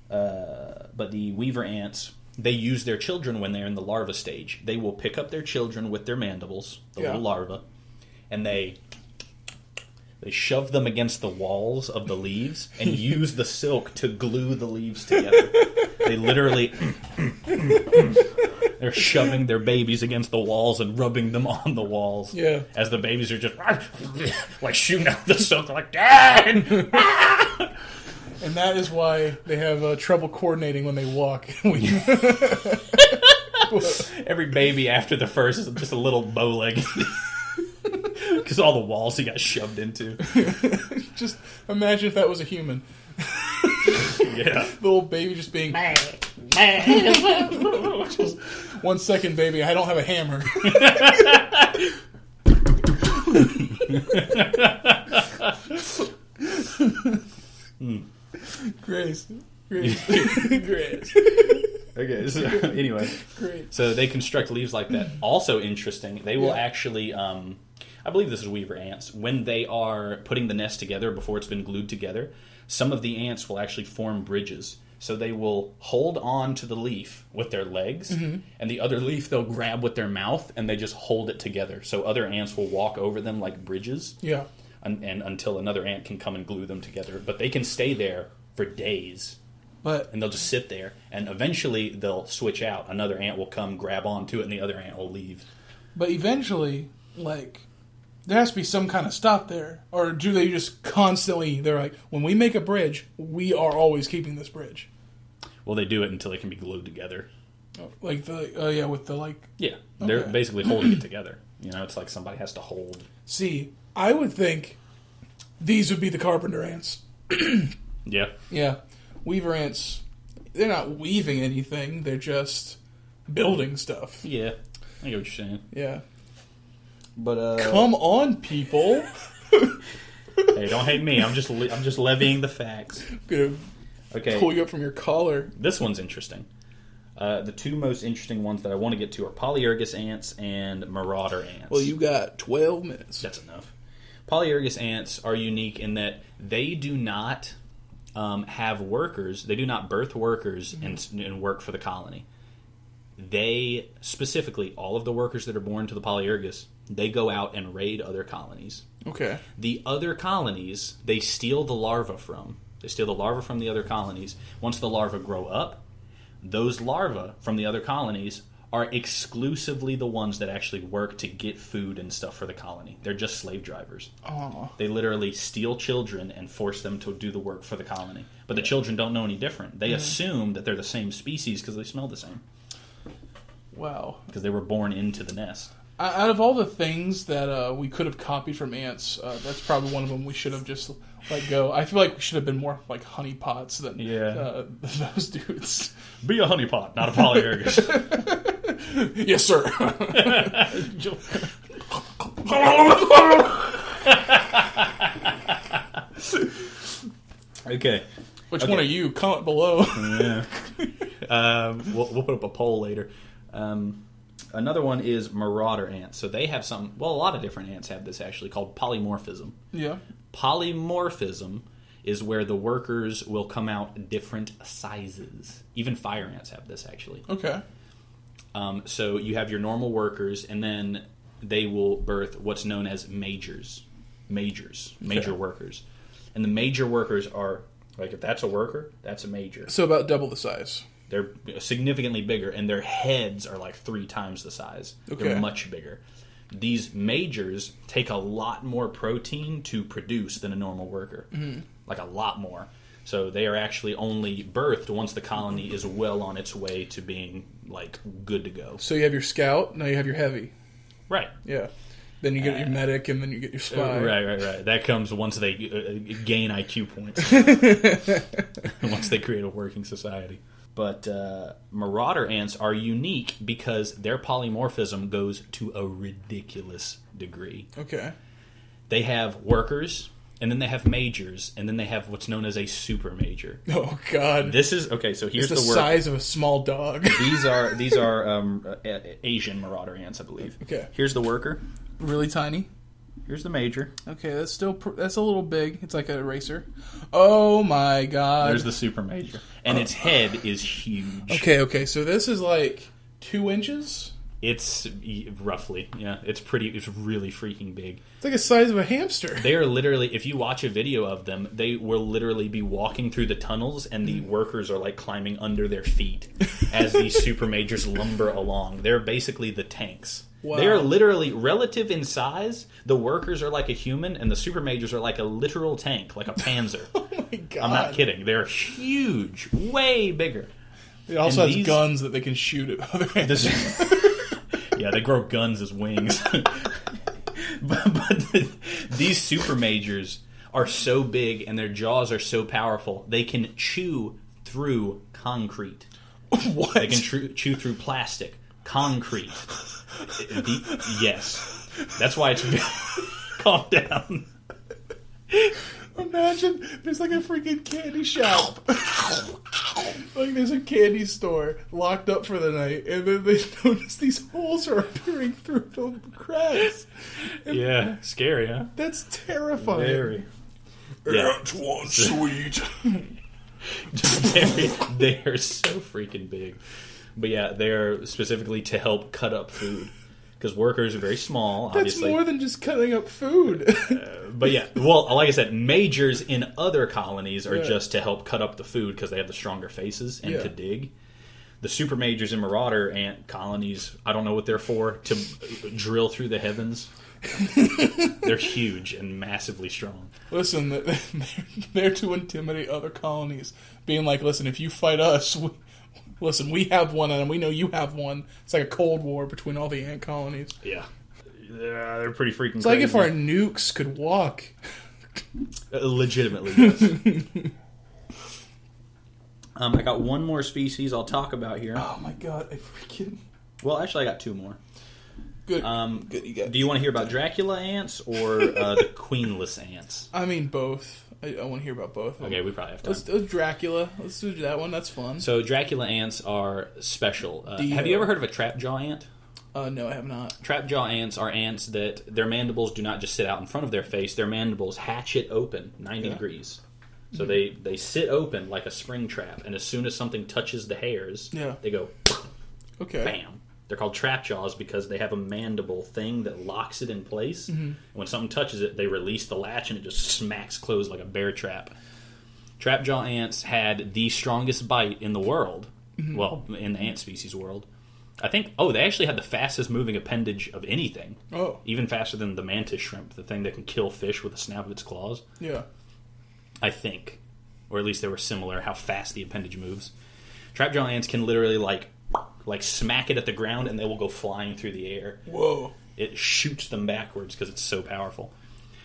Uh, but the weaver ants, they use their children when they're in the larva stage. They will pick up their children with their mandibles, the
Yeah.
little larva, and they they shove them against the walls of the leaves and
[laughs]
use the silk to glue the leaves together. they literally
[laughs]
they're shoving their babies against the walls and rubbing them on the walls.
Yeah.
As the babies are just [laughs] like shooting out the silk like Dad!
[laughs] And that is why they have uh, trouble coordinating when they walk. [laughs] When you-
Every baby after the first is just a little bow [laughs] leg. Because all the walls he got shoved into.
just imagine if that was a human.
Yeah.
The little baby just being one second, baby. I don't have a [laughs] hammer. Hmm. Grace, [laughs] Grace, Grace,
Okay, [laughs] so, anyway.
Grace.
So they construct leaves like that. Also interesting, they will
Yeah.
actually, um, I believe this is weaver ants, when they are putting the nest together before it's been glued together, some of the ants will actually form bridges. So they will hold on to the leaf with their legs, and the other leaf they'll grab with their mouth, and they just hold it together. So other ants will walk over them like bridges.
Yeah,
and, and until another ant can come and glue them together. But they can stay there for days,
but
and they'll just sit there, and eventually they'll switch out. Another ant will come, grab onto it, and the other ant will leave.
but eventually, like, there has to be some kind of stop there, or do they just constantly? They're like, when we make a bridge, we are always keeping this bridge.
Well, they do it until they can be glued together.
Like the uh, yeah, with the like
Yeah, they're
Okay.
basically holding it together. You know, it's like somebody has to hold.
See, I would think these would be the carpenter ants.
Yeah,
Yeah. Weaver ants, they're not weaving anything, they're just building stuff.
yeah. I get what you're saying.
Yeah.
But uh,
Come on, people. [laughs]
hey, don't hate me. I'm just le- I'm just levying the facts.
Gonna
Okay,
pull you up from your collar.
This one's interesting. Uh, the two most interesting ones that I want to get to are polyergus ants and marauder ants.
Well, you got 12 minutes.
That's enough. Polyergus ants are unique in that they do not um, have workers. They do not birth workers and, and work for the colony. They specifically, all of the workers that are born to the polyergus, they go out and raid other colonies.
Okay.
The other colonies they steal the larva from, They steal the larvae from the other colonies. Once the larvae grow up, those larvae from the other colonies are exclusively the ones that actually work to get food and stuff for the colony. They're just slave drivers.
Oh,
They literally steal children and force them to do the work for the colony. But the children don't know any different. They assume that they're the same species because they smell the same
wow.
because they were born into the nest.
O- Out of all the things that uh, we could have copied from ants, uh, that's probably one of them we should have just let go. I feel like we should have been more like honeypots than
Yeah.
uh, [laughs] those dudes.
Be a honeypot, [laughs] not a polyergus.
yes, sir. [laughs]
okay.
Which
Okay.
one are you? Comment below. [laughs]
Yeah. [laughs] um, we'll, we'll put up a poll later. Um, another one is marauder ants. So they have some, well, a lot of different ants have this actually called polymorphism.
yeah.
Polymorphism is where the workers will come out different sizes. Even fire ants have this actually.
Okay.
Um, so you have your normal workers, and then they will birth what's known as majors, majors, major
Okay.
workers, and the major workers are like if that's a worker, that's a major.
So about double the size.
They're significantly bigger, and their heads are like three times the size.
Okay.
They're much bigger. These majors take a lot more protein to produce than a normal worker, like a lot more. So they are actually only birthed once the colony is well on its way to being like good to go.
So you have your scout. Now you have your heavy.
Right.
Yeah. Then you get your medic, and then you get your spy.
Uh, Right, right, right. That comes once they uh, gain IQ points. [laughs]
[laughs]
once they create a working society. But uh, marauder ants are unique because their polymorphism goes to a ridiculous degree.
Okay. [laughs]
They have workers, and then they have majors, and then they have what's known as a super major.
Oh God.
This is okay. So here's
It's the,
the word.
size of a small dog.
These are these are um, uh, A- Asian marauder ants, I believe.
Okay.
Here's the worker.
really tiny.
Here's the major.
Okay, that's still pr- that's a little big. It's like a eraser. Oh my God.
There's the super major, and its head is huge.
okay. Okay. So this is like two inches.
It's y- roughly, yeah. It's pretty. It's really freaking big.
It's like the size of a hamster. [laughs]
They are literally. If you watch a video of them, they will literally be walking through the tunnels, and
Mm.
the workers are like climbing under their feet as
[laughs]
these super majors lumber along. They're basically the tanks.
Wow.
They are literally relative in size. The workers are like a human, and the super majors are like a literal tank,
[laughs]
like a Panzer.
oh my God.
I'm not kidding. They're huge, way bigger.
It also
And
has
these-
guns that they can shoot at other ants.
This- [laughs] yeah, they grow guns as wings. [laughs] but but the, these super majors are so big and their jaws are so powerful, they can chew through concrete.
what?
They can chew, chew through plastic, concrete. The- yes. That's why it's. [laughs] Calm down.
Imagine there's like a freaking candy shop. [laughs] like there's a candy store locked up for the night, and then they [laughs] notice these holes are appearing through the cracks.
Yeah, scary, huh?
That's terrifying.
Yeah.
Ants want sweet.
they're, they're so freaking big. But yeah, they're specifically to help cut up food because workers are very small,
That's
obviously.
more than just cutting up food. [laughs]
but yeah, well, like I said, majors in other colonies are
Yeah.
just to help cut up the food because they have the stronger faces and
Yeah.
to dig. The super majors in marauder ant colonies, I don't know what they're for, to drill through the heavens. they're huge and massively strong.
listen, [laughs] they're there to intimidate other colonies, being like, listen, if you fight us, we, listen, we have one, and we know you have one. It's like a cold war between all the ant colonies.
Yeah. Yeah, they're pretty freaking
It's like if our nukes could walk.
Uh, Legitimately, yes.
[laughs]
um, I got one more species I'll talk about here.
Oh my god, I freaking
Well, actually, I got two more.
good.
Um,
good, you got.
do you want to hear about Dracula ants or
[laughs]
uh, the queenless ants?
I mean, both. I, I want to hear about both.
Okay, we probably have time.
Let's do Dracula. Let's do that one. That's fun.
So Dracula ants are special. Uh,
Dio.
have you ever heard of a trap jaw ant?
Uh, no, I have not.
Trap jaw ants are ants that their mandibles do not just sit out in front of their face. Their mandibles hatch it open 90
Yeah. Mm-hmm.
degrees. So they, they sit open like a spring trap, and as soon as something touches the hairs,
Yeah.
they go
Okay.
bam. They're called trap jaws because they have a mandible thing that locks it in place. And when something touches it, they release the latch and it just smacks closed like a bear trap. Trapjaw ants had the strongest bite in the world. Well, in the ant species world. I think, oh, they actually had the fastest moving appendage of anything.
Oh,
Even faster than the mantis shrimp, the thing that can kill fish with a snap of its claws.
yeah.
I think, or at least they were similar. How fast the appendage moves. Trapjaw ants can literally like like smack it at the ground, and they will go flying through the air.
Whoa.
It shoots them backwards because it's so powerful.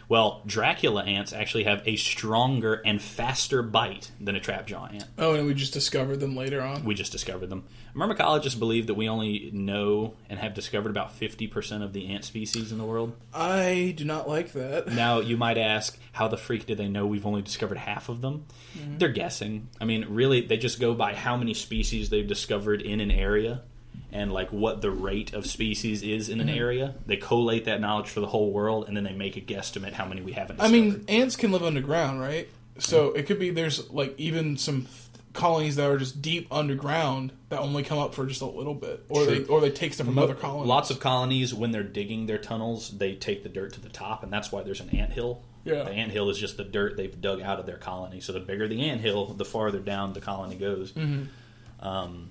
Well, Dracula ants actually have a stronger and faster bite than a trapjaw ant.
Oh, and we just discovered them later on.
We just discovered them. Myrmecologists believe that we only know and have discovered about 50% of the ant species in the world.
I do not like that. [laughs]
Now you might ask, how the freak do they know we've only discovered half of them? They're guessing. I mean, really, they just go by how many species they've discovered in an area, and like what the rate of species is in an area. They collate that knowledge for the whole world, and then they make a guesstimate how many we haven't.
I
Discovered.
mean, ants can live underground, right? So it could be there's like even some f- colonies that are just deep underground that only come up for just a little bit, or
True.
they or they take stuff from other colonies.
Lots of colonies, when they're digging their tunnels, they take the dirt to the top, and that's why there's an anthill.
Yeah.
The anthill is just the dirt they've dug out of their colony. So the bigger the anthill, the farther down the colony goes. Um,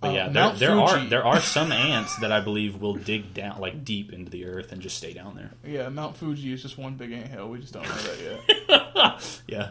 but
Uh,
yeah, there,
Mount
there
Fuji.
are there
[laughs]
are some ants that I believe will dig down like deep into the earth and just stay down there.
yeah, Mount Fuji is just one big ant hill. We just don't know that [laughs] yet.
Yeah,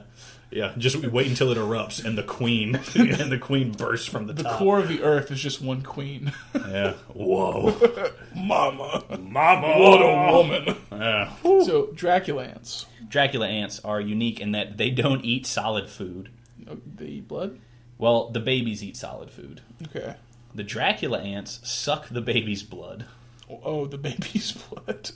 yeah. Just wait until it erupts and the queen [laughs] and the queen bursts from the,
the
top.
core of the Earth is just one queen.
Yeah. Whoa,
[laughs] Mama, Ah.
mama,
what a woman.
Yeah.
so Dracula ants.
Dracula ants are unique in that they don't eat solid food.
Oh, They eat blood.
Well, the babies eat solid food.
Okay.
The Dracula ants suck the baby's blood.
Oh, the baby's [laughs] blood.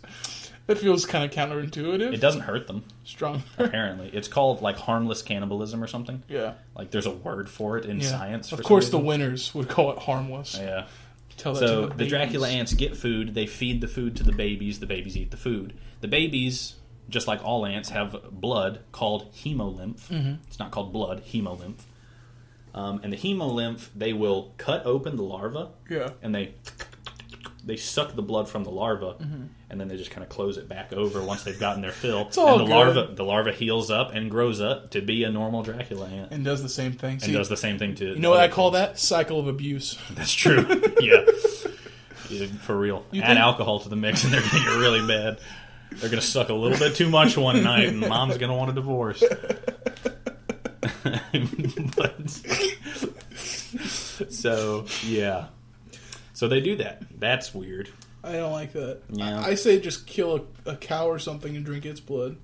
That feels kind of counterintuitive.
It doesn't hurt them,
Stronger.
apparently. It's called like harmless cannibalism or something.
[laughs] yeah.
Like there's a word for it in
Yeah.
science.
Of course, the winners would call it harmless.
the yeah.
Tell that
So
to
the Dracula
babies.
ants get food. They feed the food to the babies. The babies eat the food. The babies, just like all ants, have blood called hemolymph.
Mm-hmm.
It's not called blood, hemolymph. Um, and the hemolymph, they will cut open the larva
Yeah.
and they they suck the blood from the larva
Mm-hmm.
and then they just kind of close it back over once they've gotten their fill
all
and the
good.
larva the larva heals up and grows up to be a normal dracula ant and,
and does the same thing. See,
does the same thing to
you know what I call that? Cycle of abuse. [laughs]
that's true yeah. Yeah, for real add
think-
alcohol to the mix and they're gonna get really bad they're gonna suck a little bit too much one night and mom's gonna want a divorce [laughs] but so yeah so they do that that's weird
I don't like that.
Yeah.
I, I say just kill a, a cow or something and drink its blood.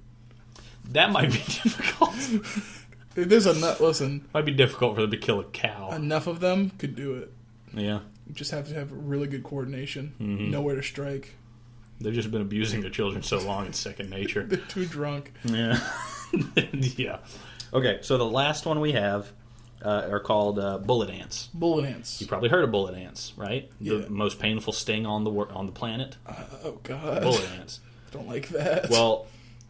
That might be [laughs] difficult.
There's a nut. Listen,
might be difficult for them to kill a cow.
enough of them could do it.
Yeah.
You just have to have really good coordination.
Mm-hmm.
Know where to strike. [laughs]
They've just been abusing their children so long, it's second nature.
They're too drunk.
Yeah. [laughs] yeah. Okay, so the last one we have uh, are called uh, bullet ants.
Bullet ants.
You probably heard of bullet ants, right?
Yeah.
The most painful sting on the wor- on the planet.
Oh God,
Bullet ants.
[laughs] don't like that.
Well,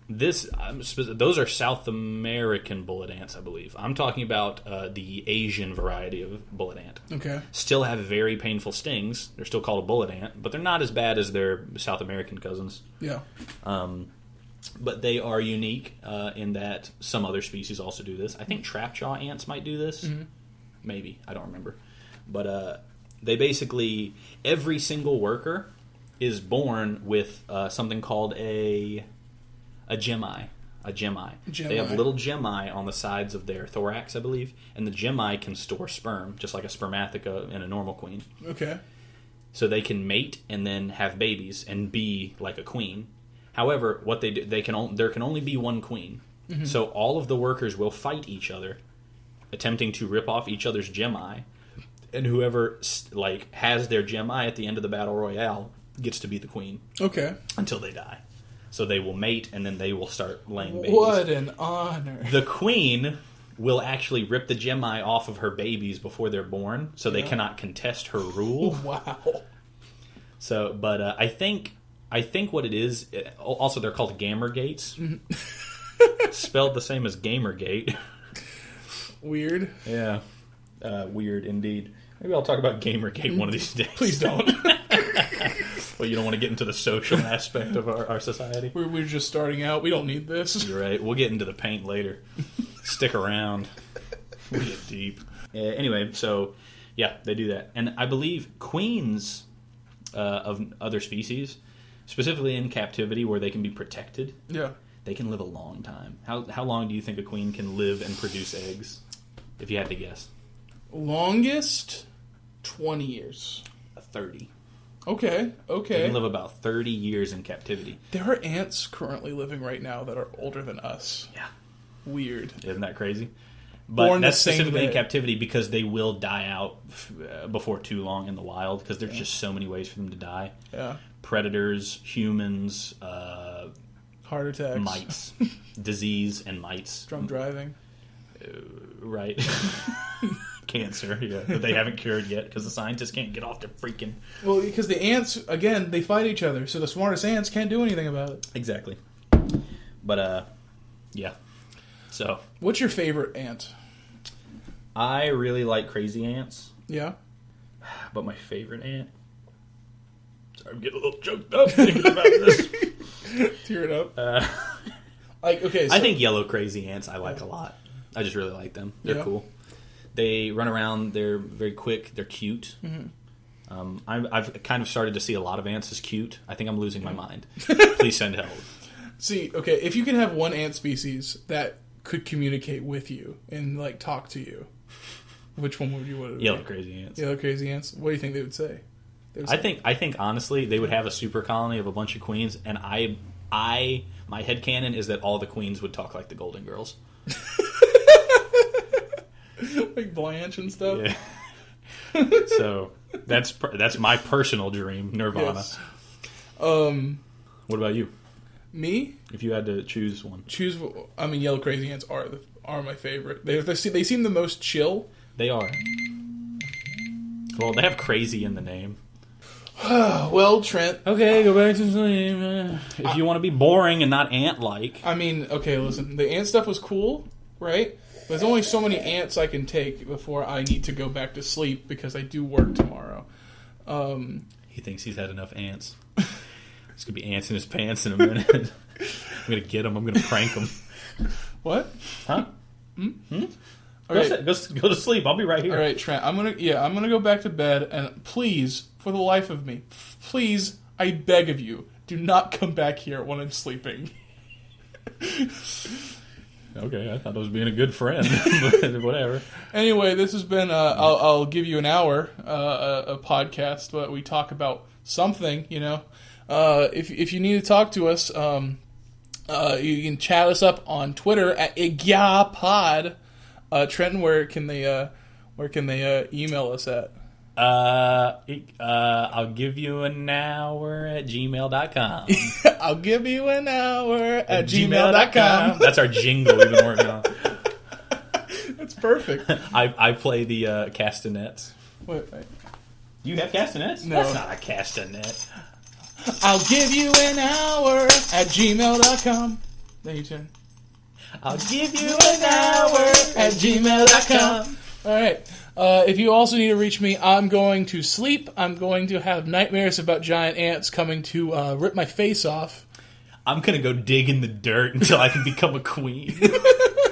this I'm spe- those are South American bullet ants, I believe. I'm talking about uh, the Asian variety of bullet ant.
okay.
still have very painful stings. They're still called a bullet ant, but they're not as bad as their South American cousins.
Yeah.
But they are unique uh, in that some other species also do this. I think trapjaw ants might do this. Maybe. I don't remember. But uh, they basically, every single worker is born with uh, something called a, a gemi. A gemi. They have
Gemi.
little gemi on the sides of their thorax, I believe, and the gemi can store sperm, just like a spermatheca in a normal queen.
Okay.
so they can mate and then have babies and be like a queen. However, what they do, they can on, there can only be one queen.
Mm-hmm.
So all of the workers will fight each other, attempting to rip off each other's gemi, and whoever s- like has their gemi at the end of the battle royale gets to be the queen
Okay.
until they die. So they will mate and then they will start laying babies.
What an honor. [laughs]
The queen will actually rip the gemi off of her babies before they're born, so they
Yeah.
cannot contest her rule.
Wow.
So, but uh, I think I think what it is. uh, Also, they're called gamer gates,
Mm-hmm. [laughs]
spelled the same as Gamergate.
Weird.
Yeah, uh, weird indeed. Maybe I'll talk about Gamergate one of these days.
Please don't.
[laughs] Well, you don't want to get into the social aspect of our, our society.
we're, we're just starting out. We don't need this. [laughs]
You're right. We'll get into the paint later. [laughs] Stick around. We get deep. Uh, anyway, so yeah, they do that, and I believe queens uh, of other species, specifically in captivity where they can be protected,
Yeah.
they can live a long time. How how long do you think a queen can live and produce eggs? If you had to guess,
Longest, twenty years.
a thirty.
Okay.
They
Okay.
can live about thirty years in captivity.
there are ants currently living right now that are older than us.
Yeah.
Weird.
Isn't that crazy? But
Born the
that's
same
specifically in
day.
captivity because they will die out uh, before too long in the wild because there's just so many ways for them to die.
Yeah.
Predators, humans, uh,
Heart attacks. [laughs]
mites, disease, and mites.
Drunk driving.
Right. [laughs] Cancer, yeah, that they haven't cured yet because the scientists can't get off their freaking.
Well, because the ants again, they fight each other, so the smartest ants can't do anything about it.
Exactly. But, uh, yeah. So,
What's your favorite ant?
I really like crazy ants.
Yeah.
But my favorite ant. Sorry, I'm getting a little choked up thinking about this.
Tear it up.
Uh,
[laughs] Like okay, so,
I think yellow crazy ants I like a lot. I just really like them. They're
Yeah.
cool. They run around. They're very quick. They're cute.
Mm-hmm.
Um, I'm, I've kind of started to see a lot of ants as cute. I think I'm losing my mind.
Mm-hmm.
Please send help.
see okay, if you can have one ant species that could communicate with you and like talk to you, which one would you want? to
Yellow crazy ants.
Yellow crazy ants. What do you think they would say? They would
I
say
think. I think honestly, they would have a super colony of a bunch of queens, and I, I, my head canon is that all the queens would talk like the Golden Girls.
like Blanche and stuff.
Yeah. so that's per- that's my personal dream, Nirvana.
Yes. Um,
What about you?
me
If you had to choose one,
choose. I mean, yellow crazy ants are the, are my favorite. They they se- they seem the most chill.
they are. Well, they have crazy in the name.
well, Trent.
Okay, go back to sleep. If you want to be boring and not ant-like,
I mean, okay, listen. The ant stuff was cool, right? But there's only so many ants I can take before I need to go back to sleep because I do work tomorrow. Um,
he thinks he's had enough ants. There's gonna be ants in his pants in a minute. [laughs] I'm gonna get him. I'm gonna prank him.
what?
Huh? Hmm? Go,
Okay,
sit- go, s- go to sleep. I'll be right here.
all right, Trent. I'm gonna yeah, I'm gonna go back to bed and please, for the life of me, please, I beg of you, do not come back here when I'm sleeping.
Okay, I thought I was being a good friend, [laughs] but whatever.
Anyway, this has been. Uh, I'll, I'll give you an hour uh, a, a podcast, but we talk about something. You know, uh, if if you need to talk to us, um, uh, you can chat us up on Twitter at igyapod. Uh, Trenton, where can they uh, where can they uh, email us at?
Uh, it- uh, I'll give you an hour at [laughs] gmail.com.
I'll give you an hour at,
gmail.com.
gmail.com.
That's our jingle we've been working on. [laughs]
That's perfect.
I, I play the uh, castanets.
Wait, wait.
You have castanets?
No.
That's not a castanet.
I'll give you an hour at gmail.com. Thank you, Jen.
I'll give you an hour at gmail.com.
All right. Uh, if you also need to reach me, I'm going to sleep. I'm going to have nightmares about giant ants coming to uh, rip my face off.
I'm going to go dig in the dirt until I can become a queen.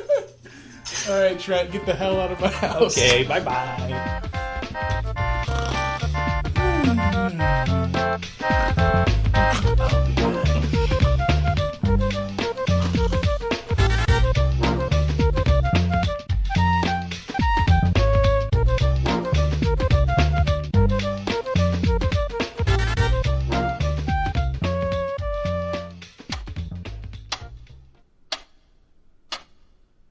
[laughs]
All right, Trent, get the hell out of my house.
okay, bye bye.